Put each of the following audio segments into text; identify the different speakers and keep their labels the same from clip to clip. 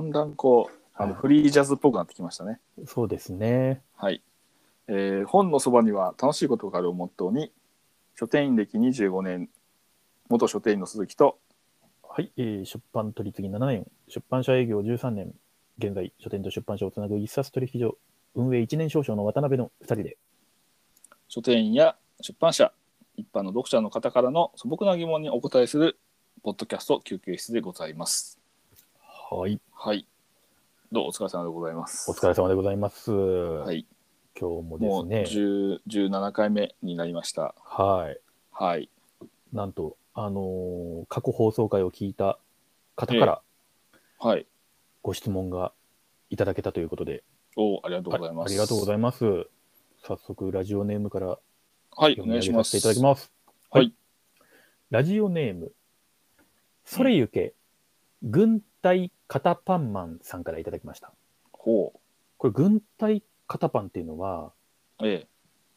Speaker 1: んだんこうあの
Speaker 2: はい
Speaker 1: フリージャズっぽくなってきましたね。
Speaker 2: そうですね。
Speaker 1: はい、えー本のそばには楽しいことがあるをモットーに書店員歴25年元書店員の鈴木と
Speaker 2: はい、えー出版取り次ぎ7年、出版社営業13年、現在、書店と出版社をつなぐ一冊取引所、運営1年少々の渡辺の2人で、
Speaker 1: 書店員や出版社一般の読者の方からの素朴な疑問にお答えするポッドキャスト休憩室でございます。
Speaker 2: はい、
Speaker 1: はいどうお疲れ様でございます。
Speaker 2: お疲れ様でございます。
Speaker 1: はい、
Speaker 2: 今日も
Speaker 1: もう
Speaker 2: ですね、
Speaker 1: 10 17回目になりました。
Speaker 2: はい、
Speaker 1: はい、
Speaker 2: なんと、あのー過去放送回を聞いた方から
Speaker 1: はい、
Speaker 2: ご質問がいただけたということで、
Speaker 1: おーありがとうござい
Speaker 2: あ
Speaker 1: ます。
Speaker 2: ありがとうございます。早速、ラジオネームから
Speaker 1: はい、お
Speaker 2: 読み
Speaker 1: 願い
Speaker 2: 上
Speaker 1: し
Speaker 2: げさ
Speaker 1: ま
Speaker 2: せ
Speaker 1: す。
Speaker 2: ていただきます。
Speaker 1: はい
Speaker 2: ラジオネーム、それゆけ、軍隊肩パンマンさんからいただきました。
Speaker 1: ほ
Speaker 2: これ、軍隊肩パンっていうのは、
Speaker 1: う。え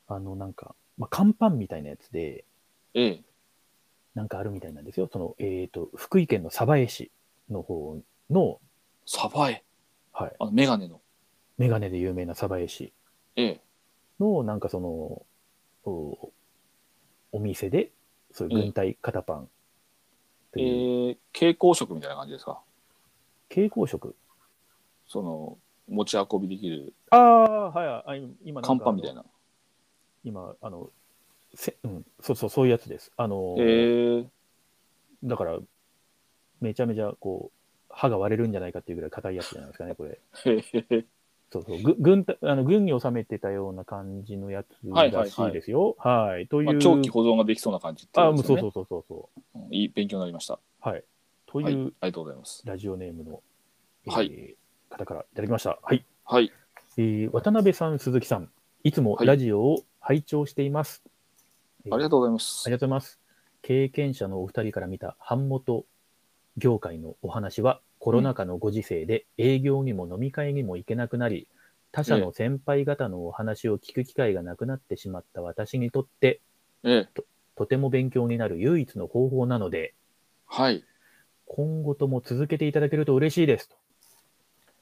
Speaker 2: あの、なんか、まあ、乾パンみたいなやつで、
Speaker 1: え、ええ。
Speaker 2: なんかあるみたいなんですよ。その、えっ、と、福井県の鯖江市の方の、
Speaker 1: サバエ。
Speaker 2: はい、
Speaker 1: あの、メガネの。
Speaker 2: メガネで有名な鯖江市
Speaker 1: ええ。
Speaker 2: の、なんかその、おお店で、そういう軍隊肩パンと
Speaker 1: え
Speaker 2: いう、
Speaker 1: え、蛍光色みたいな感じですか。
Speaker 2: 蛍光色。
Speaker 1: その、持ち運びできる、
Speaker 2: ああ、はい、あ今今な
Speaker 1: 乾
Speaker 2: んか
Speaker 1: パンみたいな。
Speaker 2: 今あのせ、うん、そうそうそういうやつですあの、
Speaker 1: ええ、
Speaker 2: だからめちゃめちゃこう歯が割れるんじゃないかっていうぐらい硬いやつじゃないですかねこれ
Speaker 1: へへへ。
Speaker 2: そうそうぐ軍隊あの軍に収めてたような感じのやつ
Speaker 1: はいはいは
Speaker 2: ら
Speaker 1: い
Speaker 2: しいですよはいという、
Speaker 1: まあ、長期保存ができそうな感じって
Speaker 2: あ
Speaker 1: こ
Speaker 2: も
Speaker 1: と
Speaker 2: う
Speaker 1: ですよ
Speaker 2: そう
Speaker 1: ね。
Speaker 2: そうそうそうそ
Speaker 1: うんいい勉強になりました。
Speaker 2: うはいと
Speaker 1: はい、あ
Speaker 2: い
Speaker 1: り
Speaker 2: う
Speaker 1: がとうございます。
Speaker 2: ラジオネームの、
Speaker 1: は
Speaker 2: ー方からいただきましたはい、
Speaker 1: はい、
Speaker 2: えー渡辺さん鈴木さんいつもラジオを拝聴しています、
Speaker 1: ありがとうございます。
Speaker 2: ありがとうございます。経験者のお二人から見た版元業界のお話は、コロナ禍のご時世で営業にも飲み会にも行けなくなり、他社の先輩方のお話を聞く機会がなくなってしまった私にとって、
Speaker 1: ええ、
Speaker 2: とても勉強になる唯一の方法なので、
Speaker 1: はい。
Speaker 2: 今後とも続けていただけると嬉しいですと。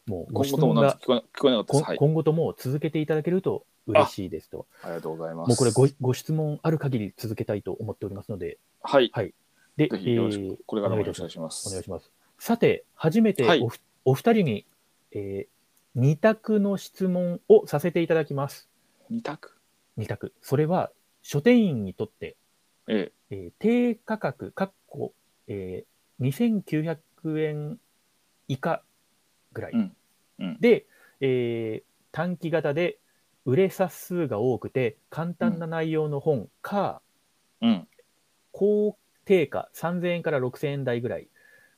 Speaker 2: もうご
Speaker 1: 今
Speaker 2: 質
Speaker 1: 後と
Speaker 2: 問
Speaker 1: もなんです聞こえ
Speaker 2: が
Speaker 1: な聞こえなかったで
Speaker 2: こ
Speaker 1: す。はい。
Speaker 2: 今後とも続けていただけると嬉しいですと。
Speaker 1: ありがとうございます。
Speaker 2: もうこれごご質問ある限り続けたいと思っておりますので、
Speaker 1: はい。
Speaker 2: で、
Speaker 1: ぜひよろしく
Speaker 2: えー
Speaker 1: これからもよろしくお願いしま
Speaker 2: お願い
Speaker 1: す。
Speaker 2: します。さて、初めてお,、
Speaker 1: はい
Speaker 2: お二人に、えー、2択の質問をさせていただきます。
Speaker 1: 二択。
Speaker 2: 2択。それは、書店員にとって、
Speaker 1: え
Speaker 2: えー低価格、かっこ、えー、2900円以下ぐらい、
Speaker 1: うんうん
Speaker 2: で、えー短期型で売れ冊数が多くて、簡単な内容の本か、
Speaker 1: え、うん。
Speaker 2: 高定価3000円から6000円台ぐらい。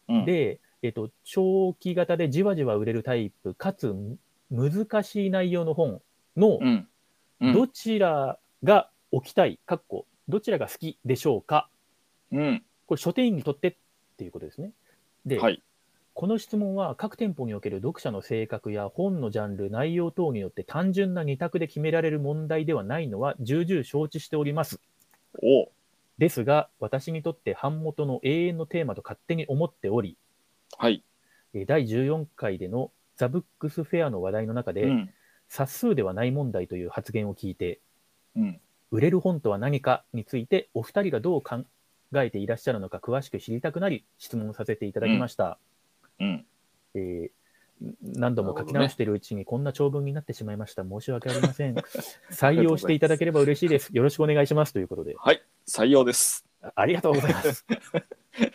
Speaker 1: うん、
Speaker 2: で、えっと、長期型でじわじわ売れるタイプ、かつむ難しい内容の本の
Speaker 1: うん。うん
Speaker 2: どちらが置きたい、かっこどちらが好きでしょうか、
Speaker 1: うん。
Speaker 2: これ、書店員にとってっていうことですね。で、
Speaker 1: はい。
Speaker 2: この質問は各店舗における読者の性格や本のジャンル、内容等によって単純な二択で決められる問題ではないのは重々承知しております。
Speaker 1: お
Speaker 2: ですが、私にとって版元の永遠のテーマと勝手に思っており、
Speaker 1: はい。
Speaker 2: えー第14回でのザ・ブックス・フェアの話題の中で、
Speaker 1: うん。
Speaker 2: 冊数ではない問題という発言を聞いて、
Speaker 1: うん。
Speaker 2: 売れる本とは何かについて、お二人がどう考えていらっしゃるのか詳しく知りたくなり、質問させていただきました。
Speaker 1: うん。
Speaker 2: えー何度も書き直しているうちにこんな長文になってしまいました。申し訳ありま せん。採用していただければ嬉しいです。よろしくお願いします。ということで、
Speaker 1: はい。採用です。
Speaker 2: あありがとうございます。
Speaker 1: ありが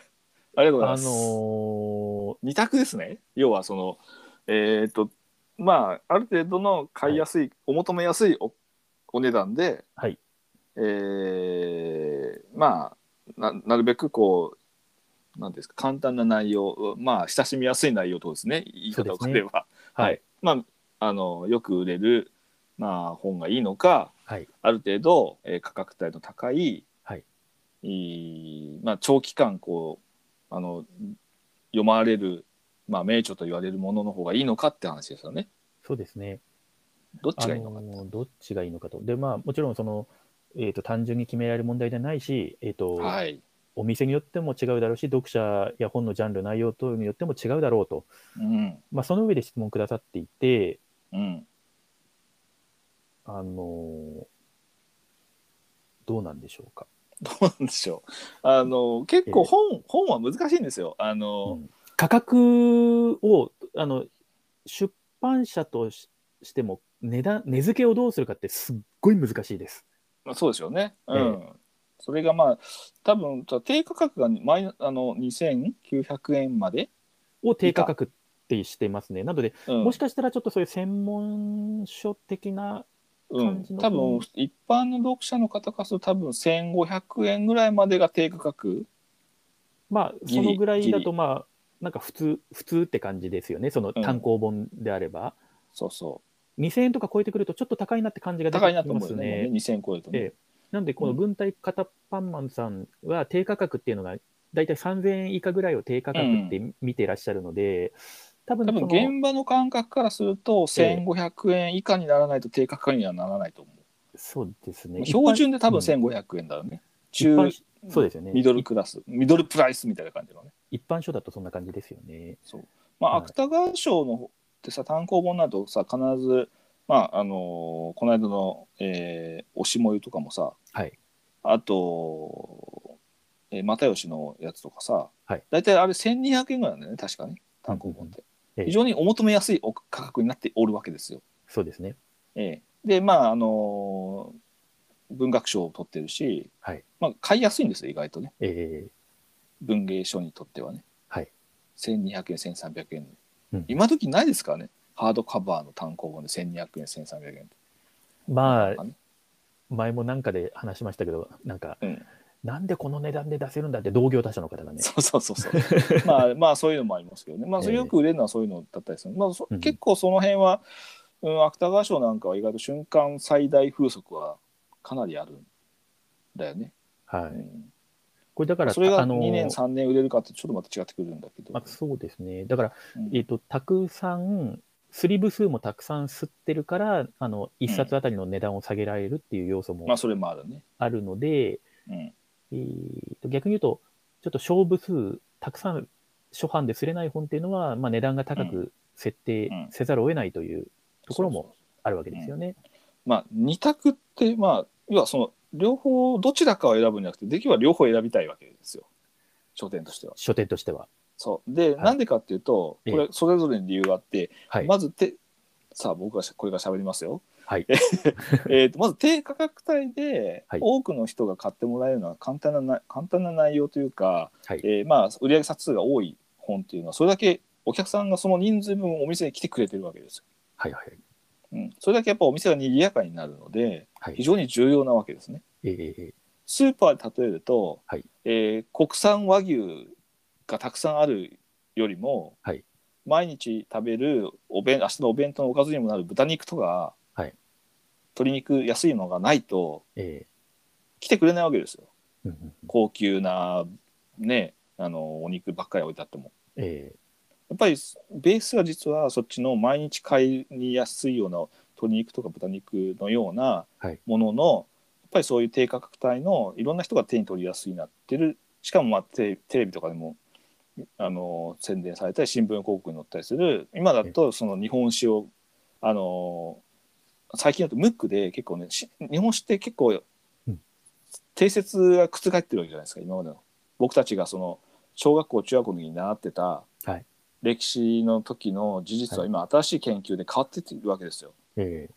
Speaker 1: とうございま
Speaker 2: あの
Speaker 1: す。
Speaker 2: ー
Speaker 1: 二択ですね。要はその、えーっと、まあ、ある程度の買いやすい、お求めやすいおお値段で、
Speaker 2: はい
Speaker 1: えーまあな、なるべくこう、なんていうんですか、簡単な内容、まあ、親しみやすい内容とですね、言い方を変えれば。
Speaker 2: は
Speaker 1: はいい。まあ、あのよく売れる、まあ、本がいいのか、
Speaker 2: はい
Speaker 1: ある程度、えー価格帯の高い、
Speaker 2: はい
Speaker 1: いいまあ、長期間こうあの読まれる、まあ、名著と言われるものの方がいいのかって話ですよね。
Speaker 2: そうですね。
Speaker 1: どっ
Speaker 2: あ
Speaker 1: ち
Speaker 2: の
Speaker 1: がいいのかって。
Speaker 2: どっちがいいのかと。で、まあ、もちろんその、えー、と単純に決められる問題じゃないし、えーと
Speaker 1: はい、
Speaker 2: お店によっても違うだろうし、読者や本のジャンル、内容等によっても違うだろうと、
Speaker 1: うん
Speaker 2: まあ、その上で質問くださっていて、
Speaker 1: うん
Speaker 2: あのどうなんでしょうか。
Speaker 1: どうなんでしょうあの結構本本は難しいんですよあ
Speaker 2: う
Speaker 1: の、
Speaker 2: ん価格をあの出版社とししても値段値付けをどうするかってすっごい難しいです。
Speaker 1: まあ、そうですよねうん、
Speaker 2: え
Speaker 1: それがまあ多分じゃあ低価格がマイナあの2900円まで、
Speaker 2: を低価格ってしてますね。なので、
Speaker 1: うん
Speaker 2: もしかしたらちょっとそういう専門書的な、
Speaker 1: う
Speaker 2: 感
Speaker 1: ん
Speaker 2: じの、
Speaker 1: 多分一般の読者の方からすると多分1500円ぐらいまでが低価格
Speaker 2: まあ、
Speaker 1: ギ
Speaker 2: そ
Speaker 1: リ
Speaker 2: のぐらいだ
Speaker 1: ギ
Speaker 2: と、まあ、なんか普通、普通って感じですよね。その
Speaker 1: うん
Speaker 2: 単行本であれば。
Speaker 1: そうそ
Speaker 2: 2000円とか超えてくると、ちょっと高いなって感じ
Speaker 1: う
Speaker 2: が出
Speaker 1: 高いな
Speaker 2: て
Speaker 1: と
Speaker 2: き
Speaker 1: 思
Speaker 2: ま
Speaker 1: う
Speaker 2: す
Speaker 1: よね
Speaker 2: ね
Speaker 1: もう。ね2000超えるとね、
Speaker 2: ええなんで、この軍隊型パンマンさんは低価格っていうのが、だいたい3000円以下ぐらいを低価格って見てらっしゃるので、多分
Speaker 1: 多分
Speaker 2: その
Speaker 1: 現場の感覚からすると1500円以下にならないと低価格にはならないと思
Speaker 2: そうです
Speaker 1: う、
Speaker 2: ね。
Speaker 1: 標準で多分
Speaker 2: うん
Speaker 1: 1500円だよね、
Speaker 2: 一
Speaker 1: 中
Speaker 2: 般一般そうですよね。
Speaker 1: ミドルクラスミドルプライスみたいな感じのね
Speaker 2: 一般書だとそんな感じですよね。
Speaker 1: そうまあ
Speaker 2: はい
Speaker 1: 芥川賞の方ってさ単行本などさ必ずまああのーこの間の、えー、推しもゆとかもさ、
Speaker 2: はい
Speaker 1: あと、えー又吉のやつとかさ、
Speaker 2: はい
Speaker 1: 大体あれ1200円ぐらいなんだよね確かに単行本って、
Speaker 2: うんええ
Speaker 1: 非常にお求めやすいお価格になっておるわけですよ。
Speaker 2: そうですね。
Speaker 1: ええでまああのー文学賞を取ってるし、
Speaker 2: はい
Speaker 1: まあ、買いやすいんですよ意外とね
Speaker 2: え
Speaker 1: 文芸賞にとってはね、
Speaker 2: はい、
Speaker 1: 1200円1300円、
Speaker 2: うん
Speaker 1: 今時ないですからねハードカバーの単行本で1200円1300円って
Speaker 2: ーまあ
Speaker 1: あ、の
Speaker 2: 前もなんかで話しましたけど、なんか、
Speaker 1: うん
Speaker 2: なんでこの値段で出せるんだって同業他社の方がね。
Speaker 1: そうそう そうそうまあまあそういうのもありますけどねまあそれ
Speaker 2: ええ
Speaker 1: よく売れるのはそういうのだったりする、まあそ
Speaker 2: うん
Speaker 1: 結構その辺は、うん、芥川賞なんかは意外と瞬間最大風速はかなりあるんだよね、う
Speaker 2: はい。
Speaker 1: ん
Speaker 2: これだから、
Speaker 1: それが
Speaker 2: あの
Speaker 1: 2年3年売れるかってちょっとまた違ってくるんだけど、
Speaker 2: まあ、そうですね。だから、
Speaker 1: うん
Speaker 2: えっ、と、たくさん、スリーブ数もたくさん吸ってるから、あの、一冊あたりの値段を下げられるっていう要素
Speaker 1: ま
Speaker 2: も
Speaker 1: あそれもあるね、
Speaker 2: あるので、
Speaker 1: うん、
Speaker 2: えーと逆に言うと、ちょっと勝負数、たくさん初版ですれない本っていうのは、まあ、値段が高く設定
Speaker 1: うん
Speaker 2: せざるを得ないというところ
Speaker 1: そうそう
Speaker 2: もあるわけですよね。
Speaker 1: まあ二択ってまあ要はその両方どちらかを選ぶんじゃなくてできれば両方選びたいわけですよ書店としては。
Speaker 2: 書店としては。
Speaker 1: そうで、
Speaker 2: はい
Speaker 1: なんでかっていうと
Speaker 2: ええ
Speaker 1: これそれぞれに理由があって、
Speaker 2: はい。
Speaker 1: まずてさあ僕がしこれから喋りますよ。
Speaker 2: はい
Speaker 1: え えーとまず低価格帯で
Speaker 2: はい
Speaker 1: 多くの人が買ってもらえるのは簡単なな簡単な内容というか、
Speaker 2: はい
Speaker 1: えーまあ、売上冊数が多い本っていうのはそれだけお客さんがその人数分お店に来てくれてるわけですよ。
Speaker 2: はいはい。
Speaker 1: うん、それだけやっぱお店が賑やかになるので
Speaker 2: はい
Speaker 1: 非常に重要なわけですね。
Speaker 2: えー
Speaker 1: スーパーで例えると、
Speaker 2: はい
Speaker 1: えー国産和牛がたくさんあるよりも、
Speaker 2: はい
Speaker 1: 毎日食べるお弁明日のお弁当のおかずにもなる豚肉とか、
Speaker 2: はい
Speaker 1: 鶏肉安いのがないと
Speaker 2: え
Speaker 1: 来てくれないわけですよ
Speaker 2: ーうんうんうん
Speaker 1: 高級なねあのお肉ばっかり置いてあっても。
Speaker 2: え
Speaker 1: やっぱりベースは実はそっちの毎日買いやすいような鶏肉とか豚肉のような
Speaker 2: はい
Speaker 1: ものの、やっぱりそういう低価格帯のいろんな人が手に取りやすいなってるしかもまあテレテレビとかでもあの宣伝されたり新聞広告に載ったりする今だとその日本酒をあの最近だとムックで結構ねし日本酒って結構
Speaker 2: うん
Speaker 1: 定説が覆ってるわけじゃないですか今までの。僕たちがその小学校中学校の時に習ってた
Speaker 2: はい
Speaker 1: 歴史の時の事実は
Speaker 2: はい
Speaker 1: 今新しい研究で変わってっているわけですよ。
Speaker 2: ーえ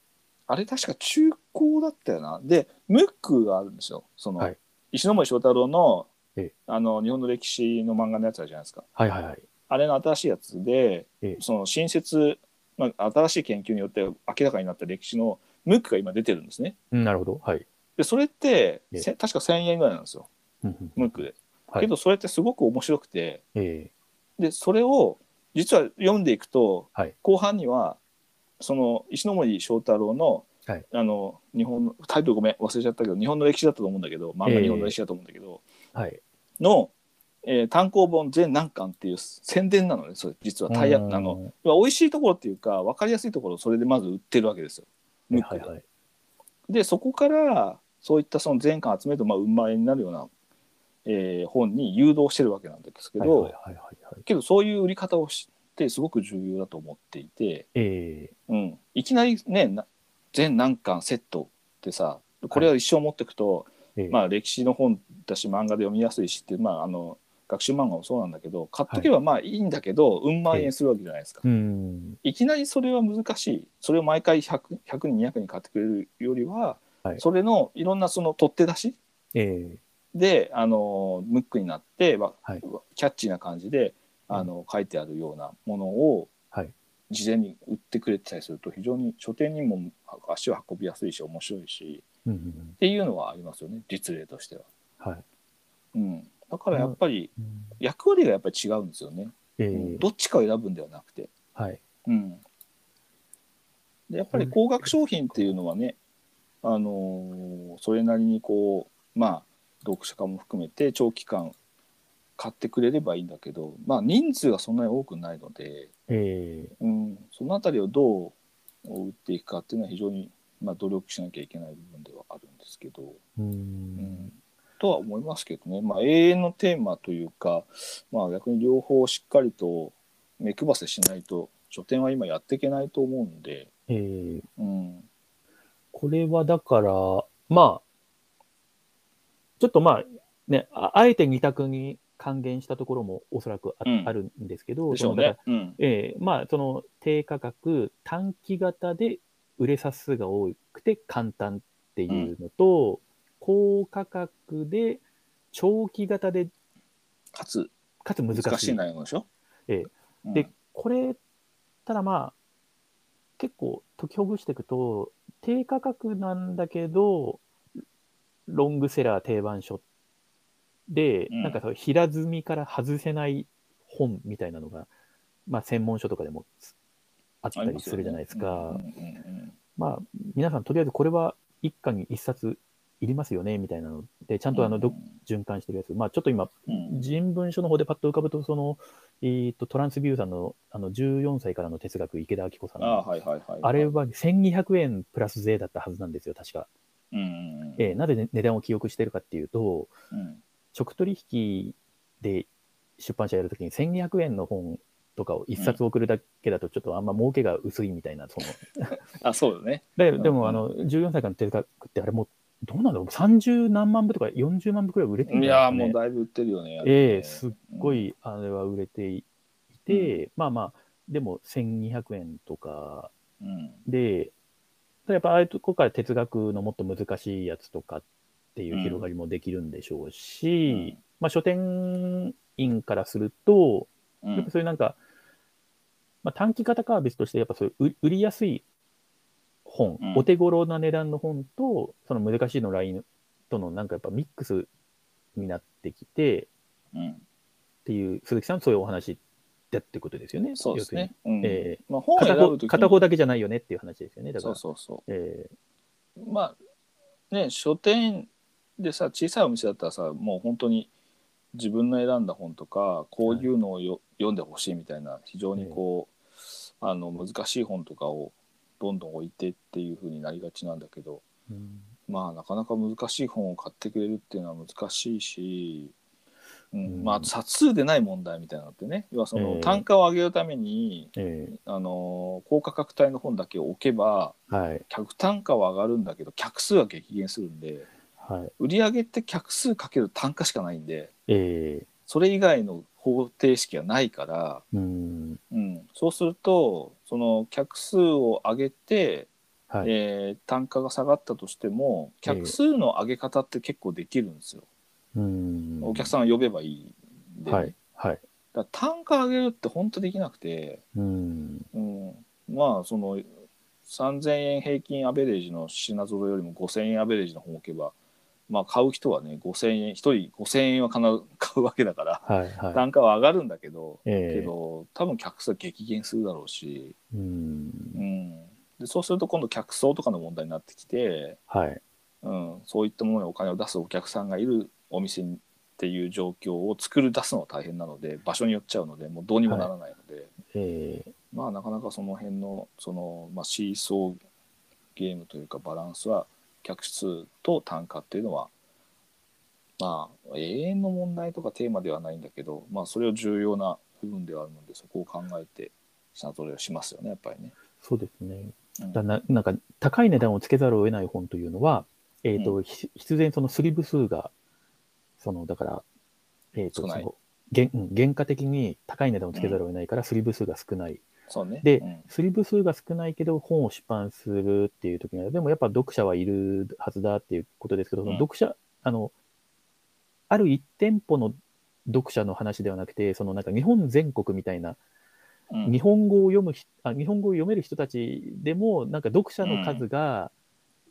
Speaker 1: あれ確か中高だったよな。でムックがあるんですよ。その、
Speaker 2: はい
Speaker 1: 石ノ森章太郎の,、
Speaker 2: ええ
Speaker 1: あの日本の歴史の漫画のやつあるじゃないですか。
Speaker 2: ーはいはいはい。
Speaker 1: あれの新しいやつで、
Speaker 2: ええ
Speaker 1: その新設、まあ、新しい研究によって明らかになった歴史のムックが今出てるんですね。
Speaker 2: うんなるほど。はい。
Speaker 1: でそれって、
Speaker 2: ええ
Speaker 1: せ確か1,000円ぐらいなんですよ
Speaker 2: うんうん
Speaker 1: ムックで。
Speaker 2: はい
Speaker 1: けどそれってすごく面白くて。
Speaker 2: え
Speaker 1: でそれを実は読んでいくと、
Speaker 2: はい
Speaker 1: 後半にはその石ノ森章太郎の,、
Speaker 2: はい
Speaker 1: あの日本のタイトルごめん忘れちゃったけど日本の歴史だったと思うんだけど漫
Speaker 2: え
Speaker 1: 画
Speaker 2: え
Speaker 1: 日本の歴史だと思うんだけど、
Speaker 2: ーはい。
Speaker 1: の、えー単行本全何巻っていう宣伝なのねそれ実はタイア
Speaker 2: うん
Speaker 1: あの要は美味しいところっていうか分かりやすいところをそれでまず売ってるわけですよ。ムック
Speaker 2: は
Speaker 1: で
Speaker 2: いはい。
Speaker 1: でそこからそういったその全巻集めるとまあ運前になるようなえー本に誘導してるわけなんですけど、
Speaker 2: はいはいはいはいはい。
Speaker 1: けどそういう売り方を知ってすごく重要だと思っていて、
Speaker 2: え
Speaker 1: うん、いきなりねな全何巻セットってさこれは一生持ってくと、
Speaker 2: えええ
Speaker 1: まあ、歴史の本だし漫画で読みやすいしっていう、まあ、あの学習漫画もそうなんだけど買っとけばまあいいんだけど、うん万円するわけじゃないですか、
Speaker 2: うん。
Speaker 1: いきなりそれは難しいそれを毎回 100, 100人200人買ってくれるよりは、
Speaker 2: はい
Speaker 1: それのいろんなその取っ手出し
Speaker 2: ええ
Speaker 1: であのムックになって、わ
Speaker 2: はい
Speaker 1: キャッチーな感じであの書いてあるようなものを
Speaker 2: はい
Speaker 1: 事前に売ってくれてたりすると非常に書店にも足を運びやすいし面白いし
Speaker 2: うんうんうん。
Speaker 1: っていうのはありますよね実例としては。
Speaker 2: はい。
Speaker 1: うん、だからやっぱり
Speaker 2: うん
Speaker 1: 役割がやっぱり違うんですよね、
Speaker 2: ええ
Speaker 1: うんどっちかを選ぶんではなくて。
Speaker 2: はい。
Speaker 1: うん、でやっぱり高額商品っていうのはね、あのーそれなりにこうまあ読者化も含めて長期間買ってくれればいいんだけど、まあ、人数がそんなに多くないので、
Speaker 2: ええ
Speaker 1: うん、そのあたりをどう打っていくかっていうのは非常に、まあ、努力しなきゃいけない部分ではあるんですけど。
Speaker 2: う
Speaker 1: うんん。とは思いますけどね、まあ、永遠のテーマというか、まあ、逆に両方しっかりと目配せしないと書店は今やっていけないと思うんで、
Speaker 2: ええ
Speaker 1: うん、
Speaker 2: これはだから、まあ、ちょっとまあ、ね、ああえて二択に還元したところもおそらくあ,、
Speaker 1: うん
Speaker 2: あるんですけど、
Speaker 1: でしょう
Speaker 2: そのだ
Speaker 1: ね
Speaker 2: か。
Speaker 1: うん
Speaker 2: らええまあ、その低価格、短期型で売れ差数が多くて簡単っていうのと、高価格で長期型で、
Speaker 1: かつ
Speaker 2: かつ難しい。
Speaker 1: 難しい内容でしょ。
Speaker 2: え
Speaker 1: うん
Speaker 2: で、これ、ただまあ、結構解きほぐしていくと、低価格なんだけど、ロングセラー定番書で、
Speaker 1: うん
Speaker 2: なんかその平積みから外せない本みたいなのが、まあ専門書とかでもつあった
Speaker 1: ありま
Speaker 2: り
Speaker 1: よね
Speaker 2: するじゃないですか。
Speaker 1: うんうんうん
Speaker 2: まあ、皆さんとりあえずこれは一家に一冊いりますよね、みたいなので、ちゃんとあの、ど循環してるやつ。まあちょっと今、
Speaker 1: うん
Speaker 2: 人文書の方でパッと浮かぶと、その、えーと、トランスビューさんの、あの、14歳からの哲学、池田明子さん
Speaker 1: あ
Speaker 2: の
Speaker 1: あ、はいはいはい。
Speaker 2: あれは1200円プラス税だったはずなんですよ、確か。
Speaker 1: うんうんうん
Speaker 2: えーなぜ、ね値段を記憶してるかっていうと、
Speaker 1: うん
Speaker 2: 直取引で出版社やるときに1200円の本とかを1冊送るだけだと、ちょっとあんま儲けが薄いみたいな、その、
Speaker 1: あ、そうだね。
Speaker 2: で
Speaker 1: うん
Speaker 2: でも、あの、14歳からの哲学って、あれもう、どうなんだろう、30何万部とか40万部くらい売れてるん
Speaker 1: い
Speaker 2: じゃ
Speaker 1: やー、
Speaker 2: ない
Speaker 1: も
Speaker 2: ですか
Speaker 1: うだ
Speaker 2: ね
Speaker 1: いぶ売ってるよね。
Speaker 2: ええすっご
Speaker 1: うん。
Speaker 2: いあれは売れていて、まあまあ、でも1200円とか
Speaker 1: うん
Speaker 2: で、ただやっぱああいうとこから哲学のもっと難しいやつとかっていう広がりもできるんでしょうし、まあ書店員からすると、
Speaker 1: うん
Speaker 2: やっぱそういうなんか、まあ、短期型かは別として、やっぱそういう売売りやすい本、
Speaker 1: うん
Speaker 2: お手頃な値段の本と、その難しいのラインとのなんかやっぱミックスになってきて、
Speaker 1: うん
Speaker 2: っていう、鈴木さん、そういうお話だってことですよね。
Speaker 1: そうですね。うん
Speaker 2: 要するに。え
Speaker 1: まあ、本
Speaker 2: ー
Speaker 1: を選
Speaker 2: 片
Speaker 1: ぶ
Speaker 2: 方
Speaker 1: とき
Speaker 2: 片方だけじゃないよねっていう話ですよね。だか
Speaker 1: そ
Speaker 2: ら、
Speaker 1: うそうそう。
Speaker 2: え
Speaker 1: まあね書店でさ小さいお店だったらさもう本当に自分の選んだ本とかこういうのをよ、読んでほしいみたいな非常にこう、あの難しい本とかをどんどん置いてっていう風になりがちなんだけど
Speaker 2: ー
Speaker 1: まあなかなか難しい本を買ってくれるっていうのは難しいし、うん
Speaker 2: うん
Speaker 1: まああと冊数でない問題みたいなのってね要はそ
Speaker 2: え
Speaker 1: の
Speaker 2: え
Speaker 1: 単価を上げるために、
Speaker 2: え
Speaker 1: あの高価格帯の本だけを置けば
Speaker 2: ーはい、
Speaker 1: 客単価は上がるんだけど客数は激減するんで
Speaker 2: はい、
Speaker 1: 売り上げって客数かける単価しかないんで
Speaker 2: え
Speaker 1: それ以外の方程式がないから、
Speaker 2: ー、うーん、
Speaker 1: うん、そうするとその客数を上げて、
Speaker 2: はい、
Speaker 1: えー単価が下がったとしても客数の上げ方って結構できるんですよ、
Speaker 2: うーん、
Speaker 1: お客さんを呼べばいいんでね、
Speaker 2: はい、はい、
Speaker 1: だから単価上げるって本当できなくて、
Speaker 2: うーん、
Speaker 1: うん、まあその3000円平均アベレージの品揃えよりも5000円アベレージの本を置けば、まあ、買う人はね5000円1人5000円は必ず 買うわけだから
Speaker 2: はい、はい、
Speaker 1: 単価は上がるんだけど、け
Speaker 2: えー、
Speaker 1: ど多分客数は激減するだろうし、
Speaker 2: うー、
Speaker 1: うんん、でそうすると今度客層とかの問題になってきて、
Speaker 2: はい、
Speaker 1: うん、そういったものにお金を出すお客さんがいるお店にっていう状況を作り出すのは大変なので場所によっちゃうのでもうどうにもならないので、
Speaker 2: えー、
Speaker 1: まあなかなかその辺のその、まあ、シーソーゲームというかバランスは客数と単価っていうのはまあ、永遠の問題とかテーマではないんだけど、まあ、それは重要な部分ではあるので、そこを考えて品ぞれをしますよね、やっぱりね。
Speaker 2: そうですね。
Speaker 1: うん
Speaker 2: だななんか、高い値段をつけざるを得ない本というのは、えっ、と、ひ必然そのスリブ数が、その、だから、えっ、と、
Speaker 1: 少
Speaker 2: そ
Speaker 1: ない
Speaker 2: の、原うん原価的に高い値段をつけざるを得ないから、スリブ数が少ない。
Speaker 1: そうね。
Speaker 2: で
Speaker 1: うん
Speaker 2: スリブ数が少ないけど、本を出版するっていう時には、でもやっぱ読者はいるはずだっていうことですけど、その
Speaker 1: うん
Speaker 2: 読者、あの、ある一店舗の読者の話ではなくて、そのなんか日本全国みたいな、
Speaker 1: うん
Speaker 2: 日本語を読むひあ日本語を読める人たちでもなんか読者の数が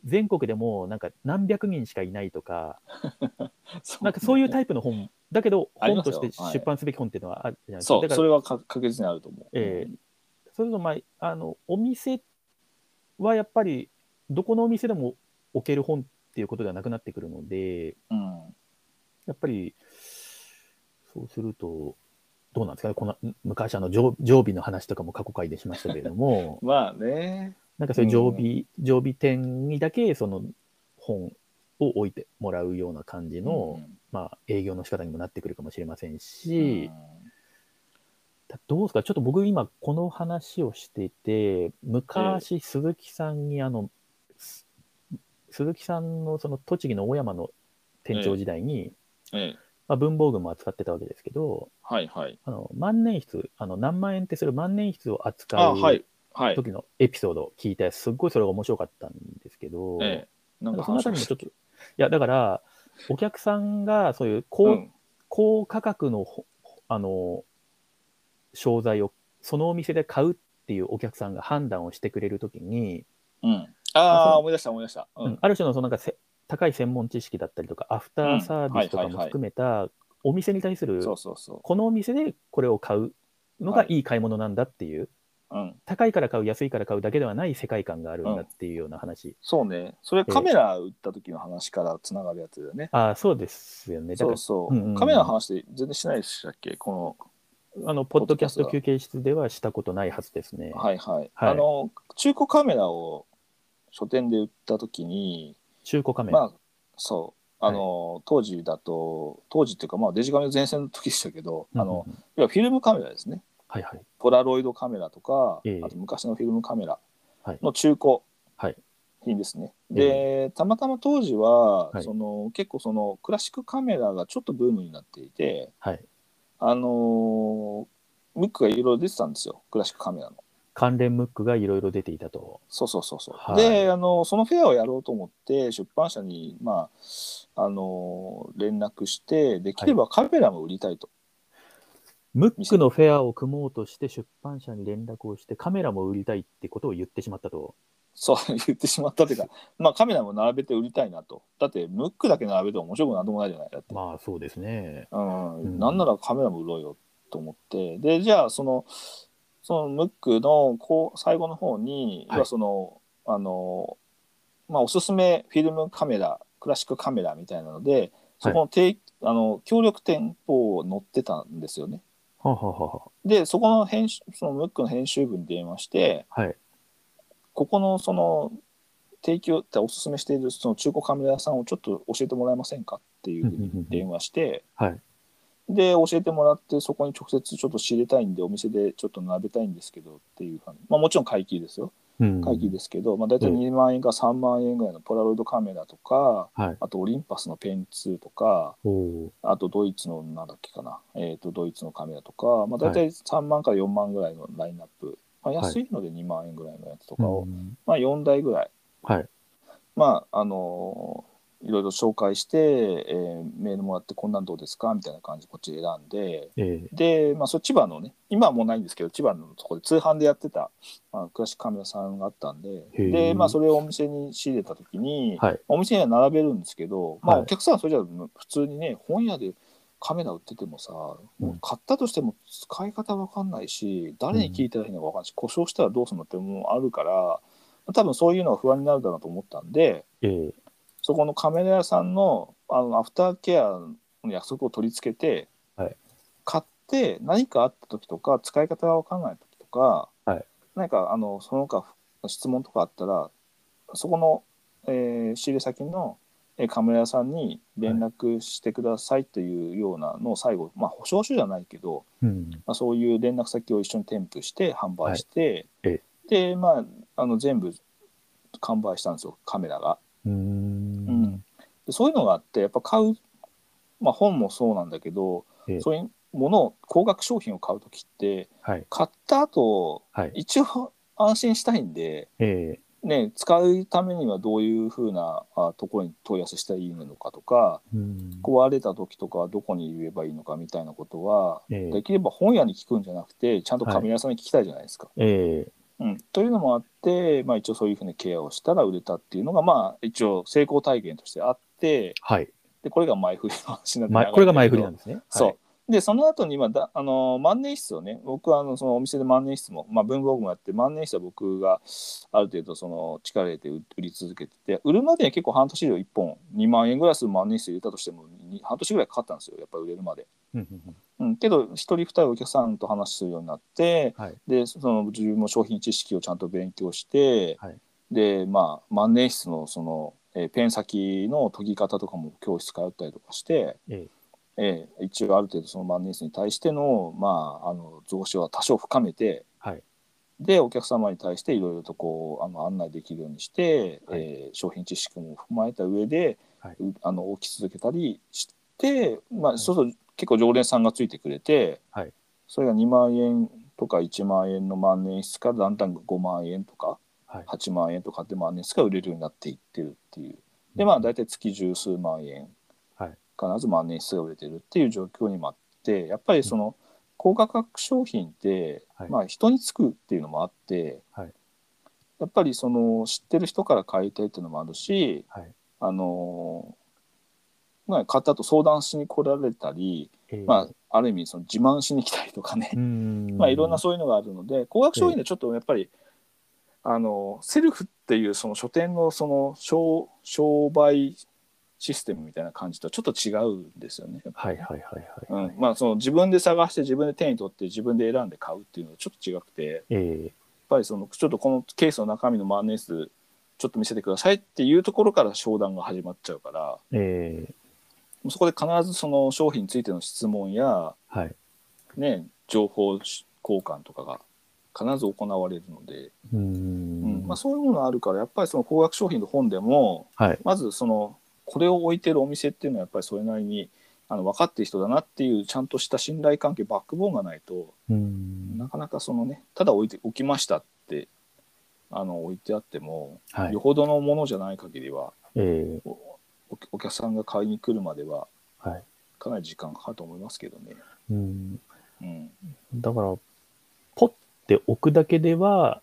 Speaker 2: 全国でもなんか何百人しかいないとか、なんかそういうタイプの本だけど
Speaker 1: あり
Speaker 2: 本
Speaker 1: ます
Speaker 2: と
Speaker 1: よ
Speaker 2: して出版すべき本っていうのはあるじゃないですか。
Speaker 1: そ
Speaker 2: だ
Speaker 1: う、
Speaker 2: か
Speaker 1: そ
Speaker 2: ら
Speaker 1: れはか確実にあると思う。
Speaker 2: ええそれとまああのお店はやっぱりどこのお店でも置ける本っていうことではなくなってくるので
Speaker 1: うん
Speaker 2: やっぱりそうすると。どうなんですかねこの昔あの常常備の話とかも過去回でしましたけれども、
Speaker 1: まあね。
Speaker 2: なんかそういう常備、常備店にだけその本を置いてもらうような感じの、
Speaker 1: うん
Speaker 2: まあ営業の仕方にもなってくるかもしれません
Speaker 1: う
Speaker 2: し
Speaker 1: ん、
Speaker 2: だどうですかちょっと僕今この話をしてて、昔鈴木さんにあの、す鈴木さんのその栃木の大山の店長時代に、
Speaker 1: ええ
Speaker 2: まあ、文房具も扱ってたわけですけど、
Speaker 1: はいはい。
Speaker 2: あの万年筆、あの何万円ってする万年筆を扱
Speaker 1: あ、
Speaker 2: う
Speaker 1: はい。はい。
Speaker 2: 時のエピソードを聞いて、すっごいそれが面白かったんですけど、
Speaker 1: ええなん
Speaker 2: な
Speaker 1: か
Speaker 2: んかその
Speaker 1: 話
Speaker 2: あた
Speaker 1: を
Speaker 2: りも
Speaker 1: し
Speaker 2: ちょっと、いや、だから、お客さんがそういう高,、
Speaker 1: うん
Speaker 2: 高価格のほ、あの、商材をそのお店で買うっていうお客さんが判断をしてくれるときに、
Speaker 1: うん。
Speaker 2: あ
Speaker 1: あ
Speaker 2: そう
Speaker 1: あ、思い出した思い出した。う
Speaker 2: うんん。ある種のそのなんかせ高い専門知識だったりとか、アフターサービスとか
Speaker 1: うん
Speaker 2: も
Speaker 1: はいはいはい
Speaker 2: 含めた、お店に対する、
Speaker 1: そうそうそ
Speaker 2: このお店でこれを買うのが
Speaker 1: はい
Speaker 2: いい買い物なんだっていう、
Speaker 1: う。うん。
Speaker 2: 高いから買う、安いから買うだけではない世界観があるんだっていうような話。
Speaker 1: そうね。それカメラ売った時の話からつながるやつだよね。
Speaker 2: ああ、そうですよね。
Speaker 1: そ
Speaker 2: だから
Speaker 1: うそ
Speaker 2: うんうんうん
Speaker 1: う。カメラの話で全然しないでしたっけこの
Speaker 2: あの、ポッドキャスト
Speaker 1: ポッド
Speaker 2: 休憩室ではしたことないはずですね。
Speaker 1: はいはい。
Speaker 2: はい
Speaker 1: あの中古カメラを書店で売った時に、
Speaker 2: 中古カメラ。
Speaker 1: まあそうあの、当時だと当時っていうかまあデジカメの前線の時でしたけど、あの
Speaker 2: うんうんうん、
Speaker 1: 要はフィルムカメラですね。
Speaker 2: はいはい。
Speaker 1: ポラロイドカメラとか、
Speaker 2: ええ
Speaker 1: あと昔のフィルムカメラ
Speaker 2: はい
Speaker 1: の中古
Speaker 2: はい
Speaker 1: 品ですね。
Speaker 2: え
Speaker 1: で、たまたま当時は、
Speaker 2: はい
Speaker 1: その結構そのクラシックカメラがちょっとブームになっていて、
Speaker 2: はい。
Speaker 1: あのーミックがいろいろ出てたんですよ、クラシックカメラの。
Speaker 2: 関連ムックがいろいろ出ていたと。
Speaker 1: そうそうそうそう。
Speaker 2: はい
Speaker 1: で、あのそのフェアをやろうと思って出版社にまああのー連絡して、できればカメラも売りたいと。
Speaker 2: ムックのフェアを組もうとして出版社に連絡をしてカメラも売りたいってことを言ってしまったと。
Speaker 1: そう言ってしまったというか、まあ、カメラも並べて売りたいなと。だって、ムックだけ並べても面白くなんともないじゃないだって。
Speaker 2: まあそうですね。
Speaker 1: うん
Speaker 2: うん
Speaker 1: なんならカメラも売ろうよと思ってでじゃあそのそのムックのこう最後の方に、
Speaker 2: はい
Speaker 1: 要はそのあの、まあ、おすすめフィルムカメラクラシックカメラみたいなのでそこの,、提あの協力店舗を載ってたんですよね。
Speaker 2: はあ、はあは
Speaker 1: でそこの編集そのムックの編集部に電話して
Speaker 2: あ、はい。
Speaker 1: ここのその提供っておすすめしているその中古カメラ屋さんをちょっと教えてもらえませんかっていうふうに電話して、
Speaker 2: はい
Speaker 1: で教えてもらってそこに直接ちょっと仕入れたいんでお店でちょっと並べたいんですけどっていう感じまあもちろん買い切りですよ
Speaker 2: うん
Speaker 1: 買い切りですけど、まあ、大体
Speaker 2: うん
Speaker 1: 2万円から3万円ぐらいのポラロイドカメラとか、
Speaker 2: はい
Speaker 1: あとオリンパスのペン2とか
Speaker 2: おお
Speaker 1: あとドイツのなんだっけかな、えー、とドイツのカメラとか、まあ、大体3万から4万ぐらいのラインナップ、まあ、安いので2万円ぐらいのやつとかを、
Speaker 2: うん
Speaker 1: まあ、4台ぐらい
Speaker 2: はい。
Speaker 1: まああのいろいろ紹介して、えーメールもらってこんなんどうですかみたいな感じでこっち選んで
Speaker 2: ええ
Speaker 1: で、まあ、それ千葉のね今はもうないんですけど千葉のとこで通販でやってた、まあ、クラシックカメラさんがあったんで
Speaker 2: へー
Speaker 1: で、まあ、それをお店に仕入れた時に、
Speaker 2: はい。
Speaker 1: お店には並べるんですけど、まあ、
Speaker 2: はい
Speaker 1: お客さんはそれじゃ普通にね本屋でカメラ売っててもさ、もう買ったとしても使い方わかんないし誰に聞いたらいいのかわかんないし、故障したらどうするのってもうあるから多分そういうのが不安になるだろうと思ったんで。
Speaker 2: ええ
Speaker 1: そこのカメラ屋さんのあのアフターケアの約束を取り付けて、
Speaker 2: はい
Speaker 1: 買って何かあった時とか使い方が分かんない時とか、
Speaker 2: はい
Speaker 1: 何かあのその他質問とかあったらそこの、えー仕入れ先のえカメラ屋さんに連絡してくださいというようなのを最後、まあ保証書じゃないけど、
Speaker 2: うん。
Speaker 1: まあ、そういう連絡先を一緒に添付して販売して、
Speaker 2: はいえ
Speaker 1: でまああの全部完売したんですよカメラが。
Speaker 2: うー
Speaker 1: うんん。でそういうのがあってやっぱ買う、まあ、本もそうなんだけど、
Speaker 2: ええ
Speaker 1: そういうものを高額商品を買う時って
Speaker 2: はい。
Speaker 1: 買った後
Speaker 2: はい。
Speaker 1: 一応安心したいんで、
Speaker 2: え
Speaker 1: ね、使うためにはどういうふうなあところに問い合わせしたらいいのかとか
Speaker 2: ーうん
Speaker 1: 壊れた時とかはどこに言えばいいのかみたいなことは
Speaker 2: え
Speaker 1: できれば本屋に聞くんじゃなくてちゃんとカメラ屋さんに聞きたいじゃないですか。
Speaker 2: ええ
Speaker 1: うん、というのもあって、まあ、一応そういうふうにケアをしたら売れたっていうのが、まあ、一応成功体験としてあって
Speaker 2: はい。
Speaker 1: でこれが前振りの話なんで
Speaker 2: まこれが前振りなん
Speaker 1: で
Speaker 2: ですね。
Speaker 1: す、そうでその後に今だあの万年筆をね僕はあのそのお店で万年筆も、まあ、文房具もやって万年筆は僕がある程度その力入れて売売り続けてて売るまでに結構半年以上1本2万円ぐらいする万年筆入れたとしてもに半年ぐらいかかったんですよやっぱり売れるまで。
Speaker 2: はい。うんうん
Speaker 1: うん、けど一人二人お客さんと話するようになって、
Speaker 2: はい
Speaker 1: でその自分も商品知識をちゃんと勉強して、
Speaker 2: はい
Speaker 1: でまあ万年筆のその、えーペン先の研ぎ方とかも教室通ったりとかして、
Speaker 2: え
Speaker 1: えー一応ある程度その万年筆に対しての,、まあ、あの増資は多少深めて、
Speaker 2: はい
Speaker 1: でお客様に対していろいろとこうあの案内できるようにして、
Speaker 2: はい
Speaker 1: えー商品知識も踏まえた上で、
Speaker 2: はいう
Speaker 1: あの大き続けたりして、まあ、そうすると結構常連さんがついてくれて、
Speaker 2: はい
Speaker 1: それが2万円とか1万円の万年筆からだんだん5万円とか
Speaker 2: はい
Speaker 1: 8万円とかって万年筆が売れるようになっていってるっていうでまあ大体月十数万円、
Speaker 2: はい
Speaker 1: 必ず万年筆が売れてるっていう状況にもあってやっぱりその高価格商品って、
Speaker 2: はい
Speaker 1: まあ人につくっていうのもあって、
Speaker 2: はい
Speaker 1: やっぱりその知ってる人から買いたいっていうのもあるし、
Speaker 2: はい
Speaker 1: あのまあ買った後相談しに来られたり、
Speaker 2: ええ
Speaker 1: まあ、ある意味その自慢しに来たりとかね、
Speaker 2: うーん
Speaker 1: まあ、いろんなそういうのがあるので高額商品でちょっとやっぱり、あのセルフっていうその書店のその商商売システムみたいな感じとちょっと違うんですよね。
Speaker 2: はいはいはいはい。
Speaker 1: うんまあ、その自分で探して自分で手に取って自分で選んで買うっていうのはちょっと違くてやっ
Speaker 2: ええ
Speaker 1: ぱりそのちょっとこのケースの中身の万年筆ちょっと見せてくださいっていうところから商談が始まっちゃうから
Speaker 2: ええ
Speaker 1: そこで必ずその商品についての質問や、
Speaker 2: はい。
Speaker 1: ね、情報交換とかが必ず行われるので、
Speaker 2: う
Speaker 1: う
Speaker 2: ー
Speaker 1: ん
Speaker 2: ん
Speaker 1: まあ、そういうものあるからやっぱりその高額商品の本でも
Speaker 2: はい。
Speaker 1: まずそのこれを置いてるお店っていうのはやっぱりそれなりにあの分かってる人だなっていうちゃんとした信頼関係バックボーンがないと
Speaker 2: うーん
Speaker 1: なかなかそのねただ置いて置きましたってあの置いてあっても、
Speaker 2: はい
Speaker 1: よ。ほどのものじゃない限りは
Speaker 2: ええ
Speaker 1: おおお客さんが買いに来るまでは
Speaker 2: はい。
Speaker 1: かなり時間かかると思いますけどね。
Speaker 2: うーん
Speaker 1: うん
Speaker 2: だから、ポッて置くだけでは、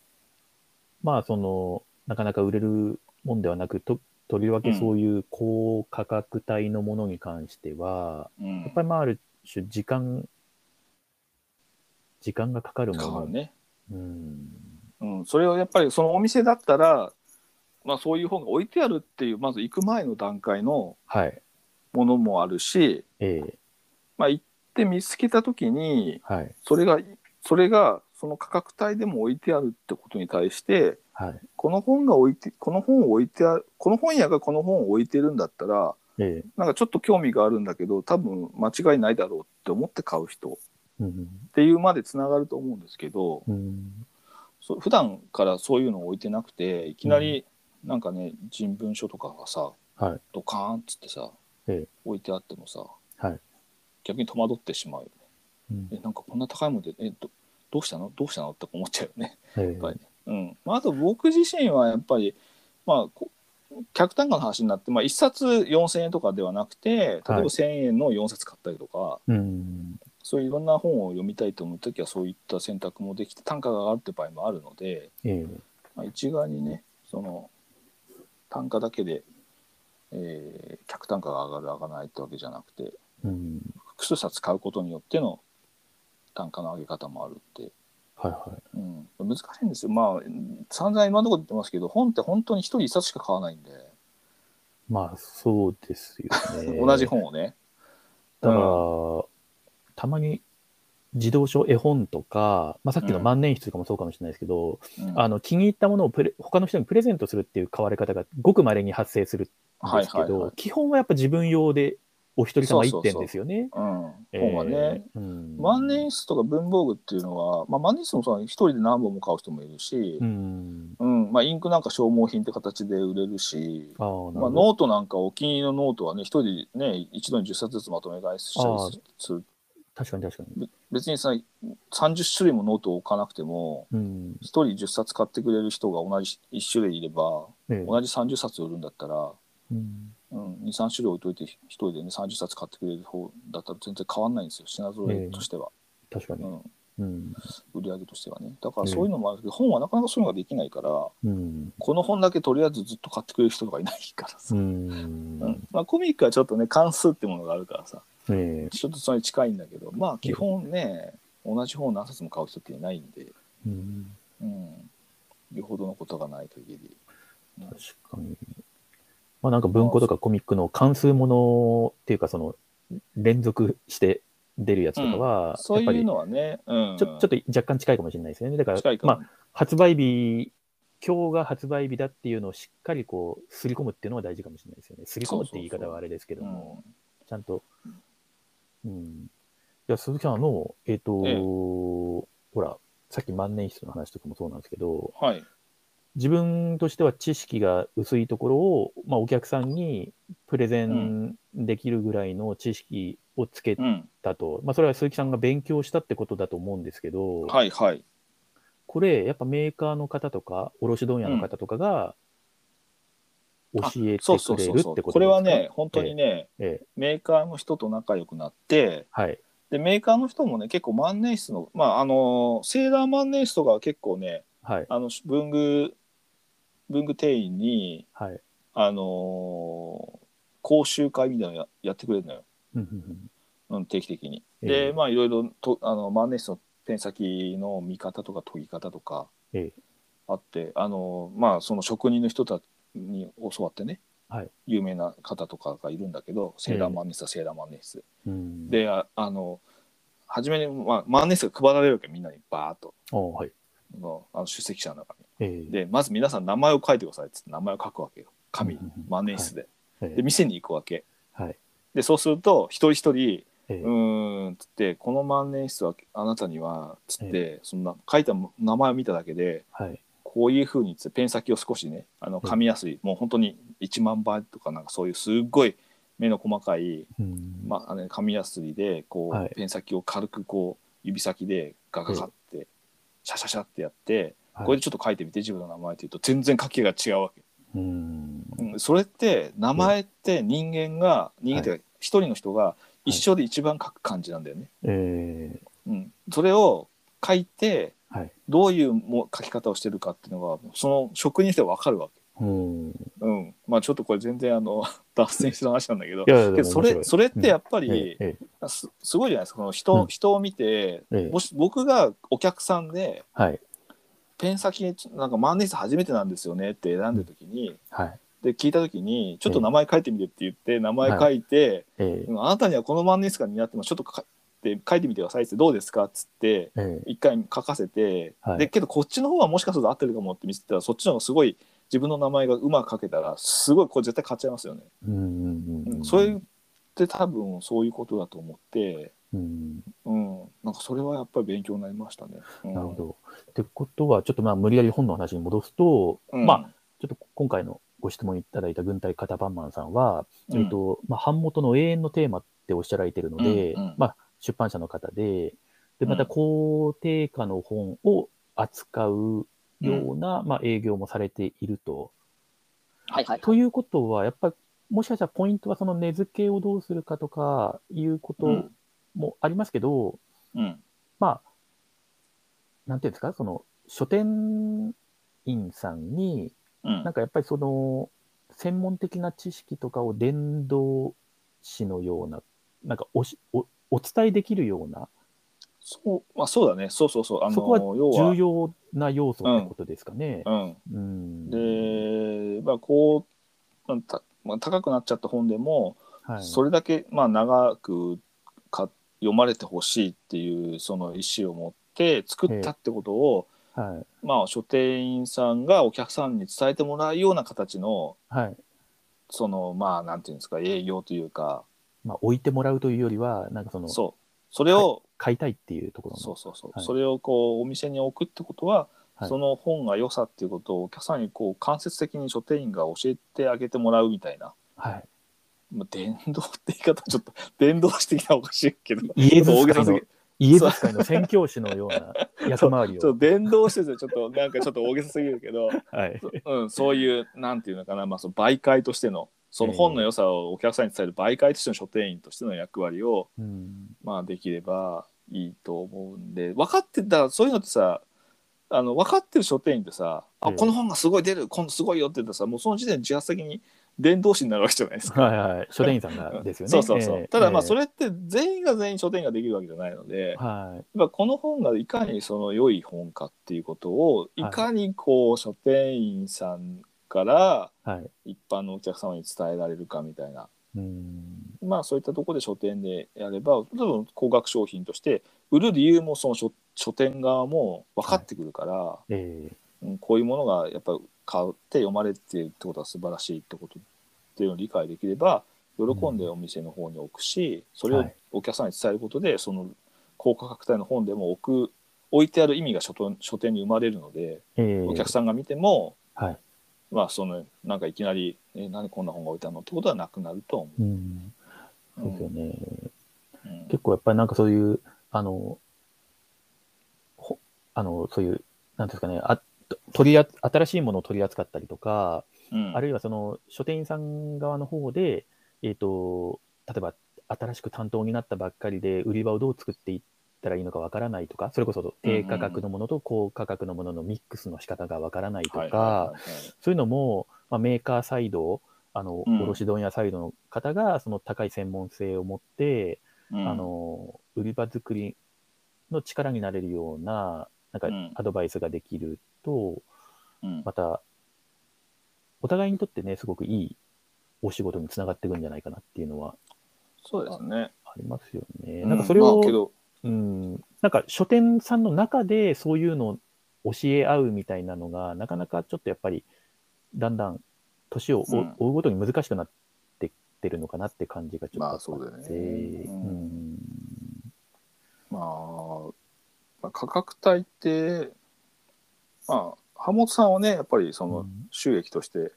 Speaker 2: まあ、その、なかなか売れるもんではなく、と、とりわけ
Speaker 1: うん
Speaker 2: そういう高価格帯のものに関しては、
Speaker 1: うん、
Speaker 2: やっぱりまあ、ある種、時間、時間がかかるも
Speaker 1: 変わ
Speaker 2: の。
Speaker 1: るね、
Speaker 2: うん。
Speaker 1: うん、それはやっぱりそのお店だったら、まあ、そういう本が置いてあるっていうまず行く前の段階の
Speaker 2: はい。
Speaker 1: ものもあるし、
Speaker 2: ええ
Speaker 1: まあ、行って見つけた時に
Speaker 2: はい。
Speaker 1: それがそれがその価格帯でも置いてあるってことに対して
Speaker 2: はい。
Speaker 1: この本が置いてこの本を置いてあるこの本屋がこの本を置いてるんだったら
Speaker 2: ええ
Speaker 1: なんかちょっと興味があるんだけど多分間違いないだろうって思って買う人っ
Speaker 2: うん。
Speaker 1: ていうまでつながると思うんですけど、
Speaker 2: うん。
Speaker 1: そう普段からそういうのを置いてなくていきなりなんかね人文書とかがさ、
Speaker 2: はい
Speaker 1: ドカーンっつってさ、
Speaker 2: ええ
Speaker 1: 置いてあってもさ、
Speaker 2: はい
Speaker 1: 逆に戸惑ってしまうよ
Speaker 2: うん
Speaker 1: ねえなんかこんな高いもんでえどどうしたのどうしたのって思っちゃうよね。
Speaker 2: ええ
Speaker 1: ぱりうんまあ、あと僕自身はやっぱり、まあ、こ客単価の話になって、まあ、1冊4,000円とかではなくて例えば
Speaker 2: はい
Speaker 1: 1,000円の4冊買ったりとか、
Speaker 2: うん。
Speaker 1: そういういろんな本を読みたいと思う時はそういった選択もできて単価が上がるって場合もあるので。
Speaker 2: ええ
Speaker 1: まあ、一概にねその単価だけで、えー客単価が上がる上がらないってわけじゃなくて
Speaker 2: うん。
Speaker 1: 複数冊買うことによっての単価の上げ方もあるって、
Speaker 2: はいは
Speaker 1: うん、難しいんですよまあ散々今のところ言ってますけど本って本当に一人一冊しか買わないんで、
Speaker 2: い。まあ、そうですよ ね。
Speaker 1: 同じ本をね
Speaker 2: だから、
Speaker 1: うん
Speaker 2: たまに児童書絵本とか、まあ、さっきの
Speaker 1: うん
Speaker 2: 万年筆とかもそうかもしれないですけど、
Speaker 1: うん
Speaker 2: あの気に入ったものをプレ他の人にプレゼントするっていう買われ方がごくまれに発生するですけど、
Speaker 1: はいはいはい
Speaker 2: 基本はやっぱ自分用でお一人様
Speaker 1: そ
Speaker 2: 1
Speaker 1: うそう
Speaker 2: 点
Speaker 1: そう
Speaker 2: ですよね。
Speaker 1: うん、本はね、
Speaker 2: えーうん
Speaker 1: 万年筆とか文房具っていうのは、まあ、万年筆もそう一人で何本も買う人もいるし
Speaker 2: う、ん、
Speaker 1: うんまあ、インクなんか消耗品って形で売れるし、
Speaker 2: ああ、なるほど。
Speaker 1: まあ、ノートなんかお気に入りのノートはね一人でね一度に10冊ずつまとめ買いした
Speaker 2: ああ
Speaker 1: りする
Speaker 2: 確かに確かに。
Speaker 1: 別にさ30種類もノートを置かなくても
Speaker 2: うん
Speaker 1: 一人10冊買ってくれる人が同じ1種類いれば
Speaker 2: ええ
Speaker 1: 同じ30冊売るんだったら、
Speaker 2: うん
Speaker 1: うん、23種類置いといて一人でね30冊買ってくれる方だったら全然変わんないんですよ品揃えとしては、
Speaker 2: 確か
Speaker 1: う
Speaker 2: に。
Speaker 1: ん、
Speaker 2: うん
Speaker 1: 売り上げとしてはねだからそういうのもあるけど、本はなかなかそういうのができないから
Speaker 2: うん
Speaker 1: この本だけとりあえずずっと買ってくれる人がいないから
Speaker 2: う
Speaker 1: さ、
Speaker 2: ん
Speaker 1: うんまあ、コミックはちょっとね関数ってものがあるからさ
Speaker 2: ええ
Speaker 1: ちょっとそれに近いんだけどまあ基本ね、同じ本を何冊も買う人っていないんで、
Speaker 2: うん
Speaker 1: うん、よほどのことがない限り
Speaker 2: 確かに。まあなんか文庫とかコミックの関数ものっていうか、その連続して出るやつとかは、
Speaker 1: そう
Speaker 2: やっぱ
Speaker 1: い
Speaker 2: り
Speaker 1: うのはね、うん、
Speaker 2: ちょちょっと若干近いかもしれないですよね。だから、
Speaker 1: 近いか
Speaker 2: ま
Speaker 1: も
Speaker 2: あ、発売日、今日が発売日だっていうのをしっかりこう、すり込むっていうのは大事かもしれないですよね。すり込むって言い方はあれですけど
Speaker 1: う
Speaker 2: も、
Speaker 1: ん
Speaker 2: ちゃんと。うん。じゃあ、鈴木さん、あの、えっ、と、
Speaker 1: ええ
Speaker 2: ほら、さっき万年筆の話とかもそうなんですけど、
Speaker 1: はい
Speaker 2: 自分としては知識が薄いところを、まあ、お客さんにプレゼンできるぐらいの知識をつけ
Speaker 1: うん
Speaker 2: たと、まあ、それは鈴木さんが勉強したってことだと思うんですけど、
Speaker 1: はいはい
Speaker 2: これ、やっぱメーカーの方とか、卸問屋の方とかが、教えて
Speaker 1: そうそう
Speaker 2: くれ
Speaker 1: そ
Speaker 2: る
Speaker 1: う
Speaker 2: っ
Speaker 1: そう
Speaker 2: てことですか
Speaker 1: これはね、本当にね、
Speaker 2: ええ
Speaker 1: メーカーの人と仲良くなって
Speaker 2: はい。
Speaker 1: でメーカーの人もね結構万年筆のまああのセーラー万年筆とかは結構ね
Speaker 2: はい。
Speaker 1: あの文具文具店員に
Speaker 2: はい。
Speaker 1: あのー講習会みたいなのややってくれるのよ、
Speaker 2: うんうん
Speaker 1: うん、定期的に。
Speaker 2: え
Speaker 1: で、
Speaker 2: え
Speaker 1: まあいろいろとあの万年筆のペン先の見方とか研ぎ方とか
Speaker 2: ええ
Speaker 1: あって、あのーまあその職人の人たちに教わってね、
Speaker 2: はい
Speaker 1: 有名な方とかがいるんだけどセーラー万年筆はセーラー万年筆。
Speaker 2: うんうん、
Speaker 1: でああの初めに、まあ、万年筆が配られるわけみんなにバーッと
Speaker 2: あはい。
Speaker 1: あのあの出席者の中に。
Speaker 2: ええ
Speaker 1: でまず皆さん名前を書いてくださいっつって名前を書くわけよ紙に
Speaker 2: うんうんうん
Speaker 1: 万年筆で。
Speaker 2: ええ
Speaker 1: で店に行くわけ。
Speaker 2: はい。
Speaker 1: でそうすると一人一人
Speaker 2: え
Speaker 1: 「
Speaker 2: え
Speaker 1: うーん」つって「この万年筆はあなたには」つってそんな書いた名前を見ただけで
Speaker 2: はい。
Speaker 1: こういうふうにつってペン先を少しねあの
Speaker 2: うん
Speaker 1: 噛みやすいもう本当に1万倍とかなんかそういうすっごい目の細かい、
Speaker 2: うん
Speaker 1: ま、あの紙やすりでこう、
Speaker 2: はい
Speaker 1: ペン先を軽くこう指先でガガガってシャシャシャってやって、
Speaker 2: はい
Speaker 1: これでちょっと書いてみて自分の名前って言うと全然書きが違うわけ。
Speaker 2: うん。
Speaker 1: うん、それって名前って人間が、人間っていうか一人の人が一生で一番書く漢字なんだよね。
Speaker 2: ええ
Speaker 1: うん、それを書いて
Speaker 2: はい。
Speaker 1: どういうも書き方をしてるかっていうのがその職人してわかるわけ。
Speaker 2: うん。い
Speaker 1: うん、まあちょっとこれ全然あの脱線した話なんだけど。
Speaker 2: や、で
Speaker 1: け
Speaker 2: も
Speaker 1: どそれ
Speaker 2: 面白い
Speaker 1: それってやっぱり
Speaker 2: え、えええ
Speaker 1: すすごいじゃないですかその人,、
Speaker 2: うん
Speaker 1: 人を見て、
Speaker 2: ええ
Speaker 1: もし僕がお客さんで
Speaker 2: はい。
Speaker 1: ペン先なんか万年筆初めてなんですよねって選んだ時に、
Speaker 2: はい。
Speaker 1: で聞いた時にちょっと名前書いてみてって言って名前書いて、
Speaker 2: ええ
Speaker 1: うんあなたにはこの万年筆が似合ってますちょっとかって書いてみてくださいってどうですかっつって
Speaker 2: ええ
Speaker 1: 一回書かせて、
Speaker 2: はい
Speaker 1: でけどこっちの方はもしかすると合ってるかもって見せてたらそっちの方がすごい自分の名前がうまく書けたらすごいこれ絶対勝っちゃいますよね。
Speaker 2: うんうん
Speaker 1: う
Speaker 2: うんん。
Speaker 1: それって多分そういうことだと思って、
Speaker 2: うん。
Speaker 1: うん、なんかそれはやっぱり勉強になりましたね。うん
Speaker 2: なるほど。ってことは、ちょっとまあ無理やり本の話に戻すと、
Speaker 1: うん
Speaker 2: まあちょっと今回のご質問いただいた軍隊カタパンマンさんは、
Speaker 1: うん
Speaker 2: えっとまあ、版元の永遠のテーマっておっしゃられているので、
Speaker 1: うんうん
Speaker 2: まあ、出版社の方で、でま
Speaker 1: う
Speaker 2: た
Speaker 1: ん
Speaker 2: 高定価の本を扱うような、まあ、営業もされていると。
Speaker 1: はいはい
Speaker 2: ということは、やっぱりもしかしたらポイントはその根付けをどうするかとかいうこ
Speaker 1: う
Speaker 2: と
Speaker 1: ん
Speaker 2: もありますけど、
Speaker 1: うん
Speaker 2: まあ、なんていうんですか、その書店員さんに、
Speaker 1: うん
Speaker 2: なんかやっぱりその、専門的な知識とかを伝道師のような、なんかおしおお伝えできるような、
Speaker 1: そうまあ、そうだねそうそうそうあの
Speaker 2: そこは
Speaker 1: 要は
Speaker 2: 重要な要素ってことですかね。
Speaker 1: うん、
Speaker 2: うん、
Speaker 1: で、まあ、こううんた、まあ、高くなっちゃった本でも、
Speaker 2: はい、
Speaker 1: それだけ、まあ、長くか読まれてほしいっていうその意思を持って作ったってことを、
Speaker 2: はい、
Speaker 1: まあ、書店員さんがお客さんに伝えてもらうような形の
Speaker 2: はい、
Speaker 1: そのまあなんていうんですか営業というか
Speaker 2: まあ、置いてもらうというよりは、なんかその、
Speaker 1: そうそれを、
Speaker 2: 買いたいっていうところの。
Speaker 1: そうそうそう、
Speaker 2: はい
Speaker 1: それをこうお店に置くってことは、
Speaker 2: はい
Speaker 1: その本が良さっていうことをお客さんにこう間接的に書店員が教えてあげてもらうみたいな。
Speaker 2: はい。
Speaker 1: まあ、伝道って言い方ちょっと 伝道してきたらおかしいけど
Speaker 2: イエズ
Speaker 1: ちょっと大げさ
Speaker 2: ス会
Speaker 1: す
Speaker 2: の
Speaker 1: ぎ、
Speaker 2: イエズス会の宣教師のような役回り
Speaker 1: ちょっ
Speaker 2: を
Speaker 1: と。伝道しててちょっとなんかちょっと大げさすぎるけ ど、
Speaker 2: はい。
Speaker 1: うん、そういうなんていうのかな、まあ、その媒介としてのその本の良さをお客さんに伝える媒介としての書店員としての役割を、
Speaker 2: うん。
Speaker 1: まあ、できればいいと思うんで分かってたそういうのってさあの分かってる書店員ってさ、あ
Speaker 2: ええ
Speaker 1: この本がすごい出る今度すごいよって言ったらさもうその時点で自発的に伝道師になるわけじゃないですか。
Speaker 2: はいはい。書店員さんがですよね。
Speaker 1: そうそうそう、ただまあそ
Speaker 2: れ、
Speaker 1: れって全員が全員書店員ができるわけじゃないので、
Speaker 2: はい。
Speaker 1: まあ、この本がいかにその良い本かっていうことをい
Speaker 2: はい
Speaker 1: かにこう書店員さんから
Speaker 2: はい。
Speaker 1: 一般のお客様に伝えられるかみたいな、
Speaker 2: うん。
Speaker 1: まあ、そういったところで書店でやれば多分高額商品として売る理由もその書書店側も分かってくるから、
Speaker 2: ええ
Speaker 1: うん、こういうものがやっぱ買って読まれてるってことは素晴らしいってことっていうのを理解できれば喜んでお店の方に置くし、それ
Speaker 2: は
Speaker 1: を
Speaker 2: い
Speaker 1: お客さんに伝えることで、その高価格帯の本でも置く置いてある意味が書店書店に生まれるので、
Speaker 2: ええ
Speaker 1: お客さんが見ても、
Speaker 2: はい。
Speaker 1: まあ、そのなんかいきなり「え何こんな本が置いてあるの?」ってことはなくなると思
Speaker 2: うん。
Speaker 1: う。
Speaker 2: そうですよね。
Speaker 1: うん
Speaker 2: 結構やっぱりなんかそういう、あの、ほあの、そういう、なんていうんですかね、あ取りあ新しいものを取り扱ったりとか、
Speaker 1: うん
Speaker 2: あるいはその書店員さん側の方で、えー、と例えば新しく担当になったばっかりで売り場をどう作っていったらいいのかわからないとかそれこそ低価格のものと高価格のもののミックスの仕方がわからないとか、
Speaker 1: はいはいはいはい
Speaker 2: そういうのも、まあ、メーカーサイドあの
Speaker 1: うん
Speaker 2: 卸問屋サイドの方がその高い専門性を持って、
Speaker 1: うん
Speaker 2: あの売り場作りの力になれるようななんか
Speaker 1: うん
Speaker 2: アドバイスができると、
Speaker 1: うん
Speaker 2: また、お互いにとってね、すごくいいお仕事につながっていくんじゃないかなっていうのは
Speaker 1: そうですね。
Speaker 2: ありますよね。
Speaker 1: う
Speaker 2: なんかそれを、
Speaker 1: まあ
Speaker 2: う
Speaker 1: け
Speaker 2: ん
Speaker 1: ど
Speaker 2: なんか書店さんの中でそういうのを教え合うみたいなのが、なかなかちょっとやっぱり、だんだん年を追う
Speaker 1: うん
Speaker 2: 追うごとに難しくなってってるのかなって感じがちょっと
Speaker 1: まあ
Speaker 2: あって
Speaker 1: そうだよね
Speaker 2: う
Speaker 1: うん
Speaker 2: ん
Speaker 1: まあ、まあ、価格帯って、まあ、浜本さんはね、やっぱりその
Speaker 2: うん
Speaker 1: 収益として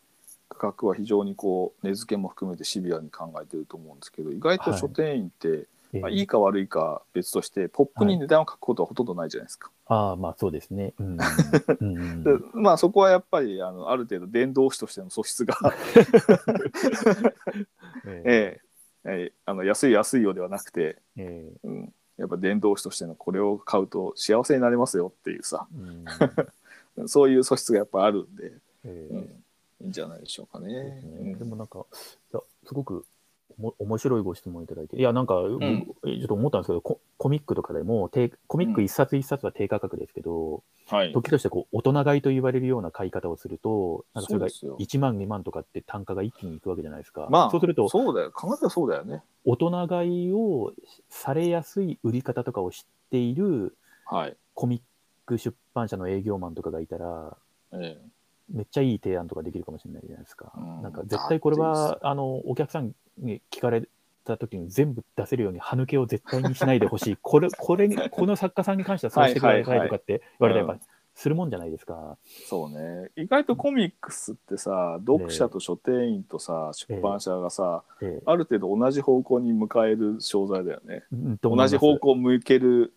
Speaker 1: 価格は非常にこう、値付けも含めてシビアに考えてると思うんですけど、意外と書店員って、
Speaker 2: ええ
Speaker 1: まあ、いいか悪いか別として、ポップに値段を書くことはほとんどないじゃないですか。
Speaker 2: ああ、まあそうですね。うん。うんう ん
Speaker 1: でまあ、そこはやっぱりあのある程度、伝道師としての素質が、
Speaker 2: ええ
Speaker 1: ええええあの安い安いようではなくて、
Speaker 2: ええ
Speaker 1: うん、やっぱ伝道師としてのこれを買うと幸せになれますよっていうさ、
Speaker 2: うん
Speaker 1: そういう素質がやっぱあるんで。
Speaker 2: え
Speaker 1: う
Speaker 2: え
Speaker 1: んいいんじゃないでしょうか
Speaker 2: そう
Speaker 1: ね
Speaker 2: です。ねでもなんか、いやすごくおも面白いご質問いただいて、いや、なんか、僕
Speaker 1: ん
Speaker 2: ちょっと思ったんですけど、ココミックとかでも、低コミック一冊一冊は低価格ですけど、
Speaker 1: はい。
Speaker 2: 時としてこう大人買いと言われるような買い方をすると、なんかそれが
Speaker 1: そうですよ
Speaker 2: 1万、2万とかって単価が一気にいくわけじゃないですか。
Speaker 1: まあ、
Speaker 2: そうすると、
Speaker 1: そうだよ。考えたらそうだよね。
Speaker 2: 大人買いをされやすい売り方とかを知っている
Speaker 1: はい。
Speaker 2: コミック出版社の営業マンとかがいたら、
Speaker 1: ええ
Speaker 2: めっちゃいい提案とかできるかもしれないじゃないですか。
Speaker 1: うん
Speaker 2: なんか絶対これ
Speaker 1: だ
Speaker 2: は、あの、お客さんに聞かれた時に全部出せるように歯抜けを絶対にしないで ほしい。これ、これに、この作家さんに関してはそうしてくださいとかって言われたらや
Speaker 1: は
Speaker 2: っ
Speaker 1: い
Speaker 2: ぱするもんじゃないですか。
Speaker 1: そうね。意外とコミックスってさ、読者と書店員とさ、
Speaker 2: え
Speaker 1: 出版社がさ、
Speaker 2: ええ
Speaker 1: ある程度同じ方向に向かえる商材だよね。
Speaker 2: うんと思い
Speaker 1: 同
Speaker 2: ます
Speaker 1: じ方向向ける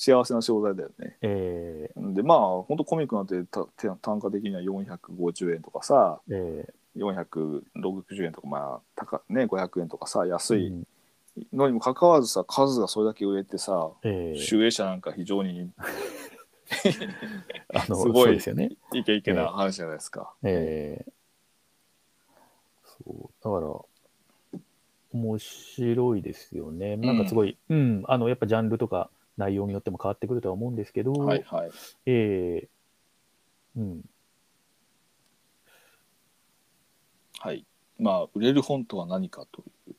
Speaker 1: 幸せな商材だよね。
Speaker 2: え
Speaker 1: で、まあ、本当コミックなんてたて単価的には450円とかさ、
Speaker 2: ええ
Speaker 1: 460円とか、まあ、高ね、500円とかさ、安
Speaker 2: う
Speaker 1: い
Speaker 2: ん
Speaker 1: のにもかかわらずさ、数がそれだけ売れてさ、
Speaker 2: ええ
Speaker 1: 集英社なんか非常に
Speaker 2: あの、
Speaker 1: すごい
Speaker 2: そうですよね。
Speaker 1: イケイケな話じゃないですか。
Speaker 2: ええそう、だから、面白いですよね。なんかすごい、うん、あの、やっぱジャンルとか内容によっても変わってくるとは思うんですけど、
Speaker 1: はいはい。
Speaker 2: ええうん、
Speaker 1: はい。まあ、売れる本とは何かという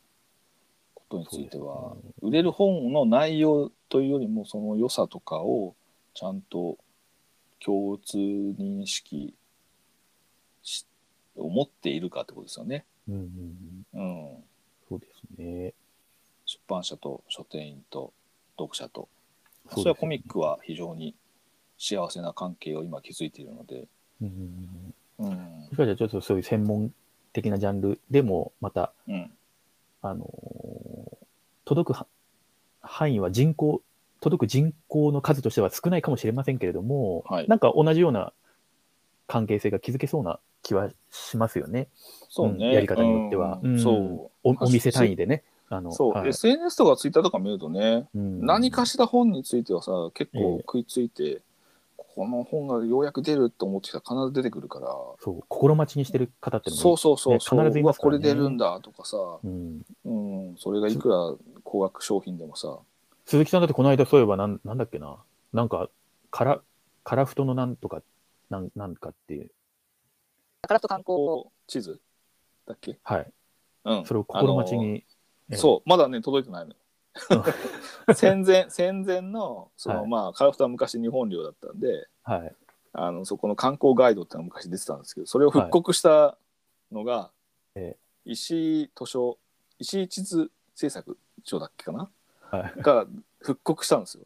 Speaker 1: ことについて
Speaker 2: そ
Speaker 1: は、
Speaker 2: うですね
Speaker 1: 売れる本の内容というよりも、その良さとかをちゃんと共通認識しを持っているかってことですよね。
Speaker 2: ううんうんうん、
Speaker 1: うん、
Speaker 2: そうですね。
Speaker 1: 出版社と書店員と読者と
Speaker 2: そうです
Speaker 1: そ
Speaker 2: ね
Speaker 1: れはコミックは非常に幸せな関係を今築いているので、
Speaker 2: うんうんうん、
Speaker 1: うん
Speaker 2: もしかしたらちょっとそういう専門的なジャンルでも、また、
Speaker 1: うん、
Speaker 2: あのー届くは範囲は人口、届く人口の数としては少ないかもしれませんけれども、
Speaker 1: はい
Speaker 2: なんか同じような関係性が築けそうな気はしますよね。
Speaker 1: そう
Speaker 2: う
Speaker 1: ね、
Speaker 2: んやり方によっては
Speaker 1: うん
Speaker 2: うん
Speaker 1: そ
Speaker 2: おお店単位でね。あ
Speaker 1: う
Speaker 2: の
Speaker 1: そう、
Speaker 2: はい
Speaker 1: SNS とか Twitter とか見るとね、
Speaker 2: うん
Speaker 1: 何かしら本についてはさ結
Speaker 2: え
Speaker 1: 構
Speaker 2: え
Speaker 1: 食いついて、この本がようやく出ると思ってきたら必ず出てくるから。
Speaker 2: そう心待ちにしてる方ってのも
Speaker 1: そうそうそう
Speaker 2: ね
Speaker 1: そう、
Speaker 2: 必ずいうま
Speaker 1: わ
Speaker 2: すか
Speaker 1: こ
Speaker 2: らね
Speaker 1: れ出るんだとかさ、
Speaker 2: うん、
Speaker 1: うん、それがいくら高額商品でもさ
Speaker 2: 鈴木さんだってこの間そういえばなんなんだっけななんかからからふとのなんとかなんなんかっていう
Speaker 1: 宝と観光地図だっけ、
Speaker 2: はい
Speaker 1: うん、
Speaker 2: それを心待ち
Speaker 1: あの
Speaker 2: に、ええ
Speaker 1: そうまだね届いてないのよ 戦前戦前のその、
Speaker 2: はい
Speaker 1: まあカラフトは昔日本領だったんで
Speaker 2: はい
Speaker 1: あのそこの観光ガイドってのが昔出てたんですけどそれを復刻したのが、
Speaker 2: え
Speaker 1: 石井図書石井地図制作所だっけかな
Speaker 2: はい
Speaker 1: が復刻したんですよ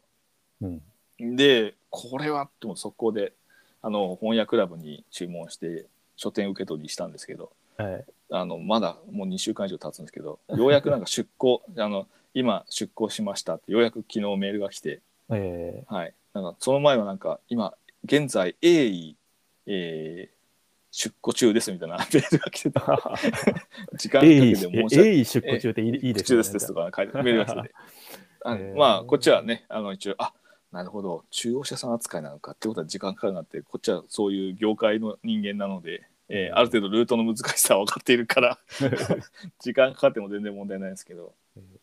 Speaker 2: うん、
Speaker 1: でこれはってもう速攻であの本屋クラブに注文して書店受け取りしたんですけど
Speaker 2: はい
Speaker 1: あのまだもう2週間以上経つんですけどようやくなんか出向あの今出向しましたってようやく昨日メールが来て、
Speaker 2: え
Speaker 1: はい、なんかその前はなんか今現在鋭意、えー出向中ですみたいな メールが来てた 時間か
Speaker 2: ー、鋭
Speaker 1: け
Speaker 2: 意
Speaker 1: て申し訳
Speaker 2: 鋭意出庫中っていい,、いいです
Speaker 1: 中ですですと
Speaker 2: ね
Speaker 1: か書いてメールが来て てあの
Speaker 2: えー
Speaker 1: まあこっちはねあの一応あなるほど中央社さん扱いなのかってことは時間かかるなってこっちはそういう業界の人間なので、えーある程度ルートの難しさは分かっているから 時間かかっても全然問題ないですけど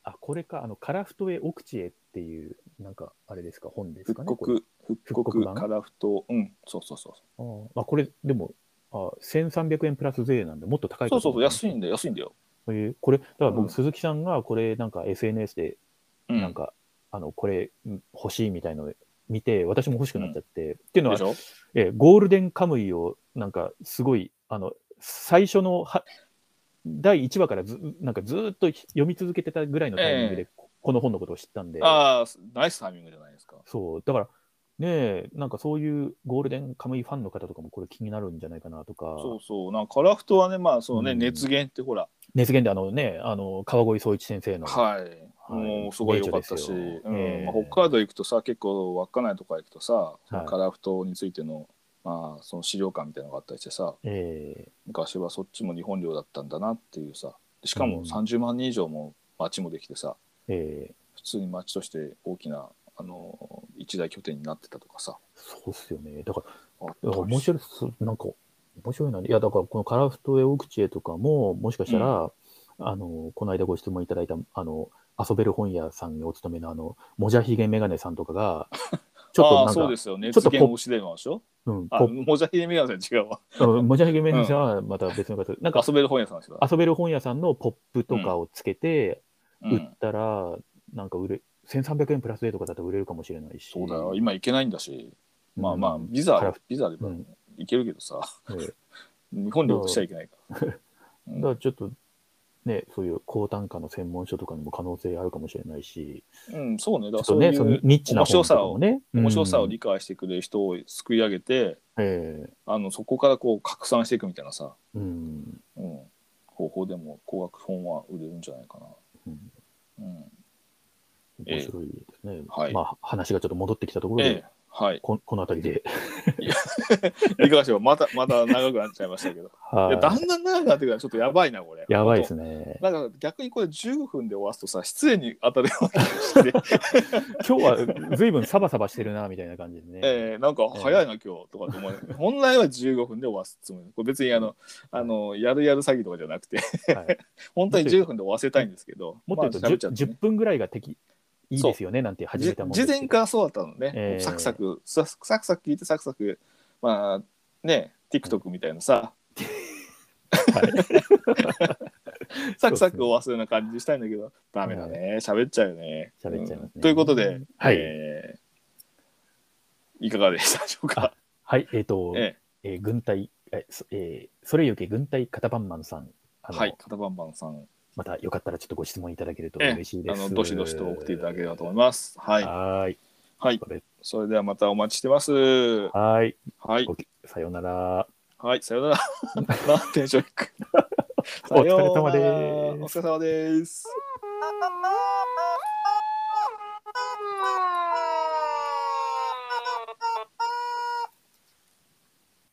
Speaker 2: あこれかあのカラフトへ奥地へっていうなんかあれですか本ですか
Speaker 1: 復
Speaker 2: ねこれ
Speaker 1: 刻復
Speaker 2: 復刻
Speaker 1: 刻
Speaker 2: 版
Speaker 1: カラフトうんそうそうそう
Speaker 2: あーあこれでもあ1300円プラス税なんでもっと高い
Speaker 1: そうそうそう安
Speaker 2: い、
Speaker 1: いんだよ安いんだよ、
Speaker 2: えーこれだから
Speaker 1: うん
Speaker 2: 僕鈴木さんがこれなんか SNS で
Speaker 1: う
Speaker 2: なんか、あのこれうん欲しいみたいのを見て私も欲しくなっちゃって、っていうの
Speaker 1: で
Speaker 2: は
Speaker 1: し、ょ
Speaker 2: えーゴールデンカムイをなんかすごいあの最初のは第1話からずなんかずーっと読み続けてたぐらいのタイミングで、
Speaker 1: え
Speaker 2: ここの本のことを知ったんで
Speaker 1: ああナイスタイミングじゃないですか
Speaker 2: そうだからねえなんかそういうゴールデンカムイファンの方とかもこれ気になるんじゃないかなとか
Speaker 1: そうそうなんかカラフトはねまあそのね、
Speaker 2: うん
Speaker 1: 熱源ってほら
Speaker 2: 熱源であのねあの川越宗一先生の、
Speaker 1: はい、
Speaker 2: はい
Speaker 1: もうすごい良かったし、
Speaker 2: 名著ですよ
Speaker 1: うん
Speaker 2: ええ
Speaker 1: まあ北海道行くとさ結構稚内とか行くとさ、その
Speaker 2: はい
Speaker 1: カラフトについての,、まあその資料館みたいなのがあったりしてさ
Speaker 2: え
Speaker 1: 昔はそっちも日本領だったんだなっていうさしか
Speaker 2: う
Speaker 1: も
Speaker 2: ん
Speaker 1: 30万人以上も町もできてさ
Speaker 2: ーえー
Speaker 1: 普通に町として大きなあの一大拠点になってたとかさ
Speaker 2: そうっすよねだから
Speaker 1: あった
Speaker 2: いや
Speaker 1: りし
Speaker 2: 面白いそう、なんか、面白いな。いや、だから、このカラフトエオクチエとかも、もしかしたら、あの、この間ご質問いただいた、あの、遊べる本屋さんにお勤めの、あの、もじゃひげメガネさんと かが、ちょっ
Speaker 1: あ
Speaker 2: と
Speaker 1: あ
Speaker 2: なん
Speaker 1: そう
Speaker 2: か
Speaker 1: で、すよね
Speaker 2: ちょ
Speaker 1: 熱
Speaker 2: っとポッ
Speaker 1: 源推しでもあるでしょ
Speaker 2: うん、
Speaker 1: あもじゃひげメガネさん違うわ
Speaker 2: ポうんもじゃひげメガネさんはまた別の方、なんか、
Speaker 1: 遊べる本屋さんの人だ、
Speaker 2: 遊べる本屋さんのポップとかをつけて、
Speaker 1: う
Speaker 2: 売
Speaker 1: ん
Speaker 2: っ、たら、なんか売れ、1300円プラスでとかだったら売れるかもしれないし。
Speaker 1: そうだよ今行けないんだし
Speaker 2: うん
Speaker 1: まあまあビ
Speaker 2: カラ
Speaker 1: ザ
Speaker 2: フ
Speaker 1: ビザで
Speaker 2: う
Speaker 1: も
Speaker 2: ん。
Speaker 1: 行けるけどさ、
Speaker 2: ええ
Speaker 1: 日本領としちゃいけないから。う
Speaker 2: だ
Speaker 1: ん
Speaker 2: からちょっと、ね、そういう高単価の専門書とかにも可能性あるかもしれないし、
Speaker 1: うん、そうね。だ
Speaker 2: ち
Speaker 1: か
Speaker 2: ょ
Speaker 1: ら
Speaker 2: っと
Speaker 1: そうい
Speaker 2: ね、その
Speaker 1: う
Speaker 2: ニッチな本とかもね、
Speaker 1: 面白さを
Speaker 2: うん
Speaker 1: 理解してくれる人をすくい上げて、
Speaker 2: え
Speaker 1: あのそこからこう拡散していくみたいなさ、
Speaker 2: えうん
Speaker 1: うん、方法でも高額本は売れるんじゃないか
Speaker 2: うん
Speaker 1: な。うん、ええ
Speaker 2: 面白いですね。
Speaker 1: はい
Speaker 2: まあ、話がちょっと戻ってきたところで、
Speaker 1: ええ、はい。
Speaker 2: ここの辺りで。
Speaker 1: いかがでしょう。またまた長くなっちゃいましたけど、いやだ
Speaker 2: は
Speaker 1: んだん長くなってくるからちょっとやばいなこれ。
Speaker 2: いやばいです
Speaker 1: ね。
Speaker 2: ね。
Speaker 1: なんか逆にこれ15分で終わすとさ失礼に当たるような気がして、
Speaker 2: 今日は随分サバサバしてるな、みたいな感じでね。
Speaker 1: えー、なんか早いな、今日とかって思う、本来は15分で終わすつもりこれ別 にあのあのやるやる詐欺とかじゃなくて
Speaker 2: はい
Speaker 1: 本当に10分で終わせたいんですけど、
Speaker 2: もっと言うと、
Speaker 1: まあ喋っちゃって
Speaker 2: 10,
Speaker 1: ね
Speaker 2: 分ぐらいが適、いいですよね、なんて始めたもん
Speaker 1: じ
Speaker 2: です
Speaker 1: 事
Speaker 2: けど
Speaker 1: 前からそうだったのね、
Speaker 2: ええ
Speaker 1: サクサクサクサクサク聞いてサクサクまあね TikTok みたいなさ、 サクサク終わすような感じしたいんだけど、ダメだね喋っちゃうよね
Speaker 2: 喋っちゃいますね
Speaker 1: うんということで、
Speaker 2: はい
Speaker 1: えーいかがでしたでしょうか、
Speaker 2: はい、えっ、と、
Speaker 1: え
Speaker 2: えー軍隊、えーそえーそれゆけ軍隊カタパンマンさん、あの、
Speaker 1: はい、カタバンバンさん、
Speaker 2: またよかったらちょっとご質問いただけると嬉しいで
Speaker 1: あ
Speaker 2: す。
Speaker 1: のどしどしと送っていただければと思います。はい、
Speaker 2: はーい。
Speaker 1: はい、
Speaker 2: これ
Speaker 1: それではまたお待ちしてます。は
Speaker 2: はーい。
Speaker 1: い、
Speaker 2: ごきさようなら。
Speaker 1: はい、さよう なら。なんてテンション低い
Speaker 2: お疲れ様です
Speaker 1: さようならお疲れ様です。
Speaker 3: Ah, ah, ah.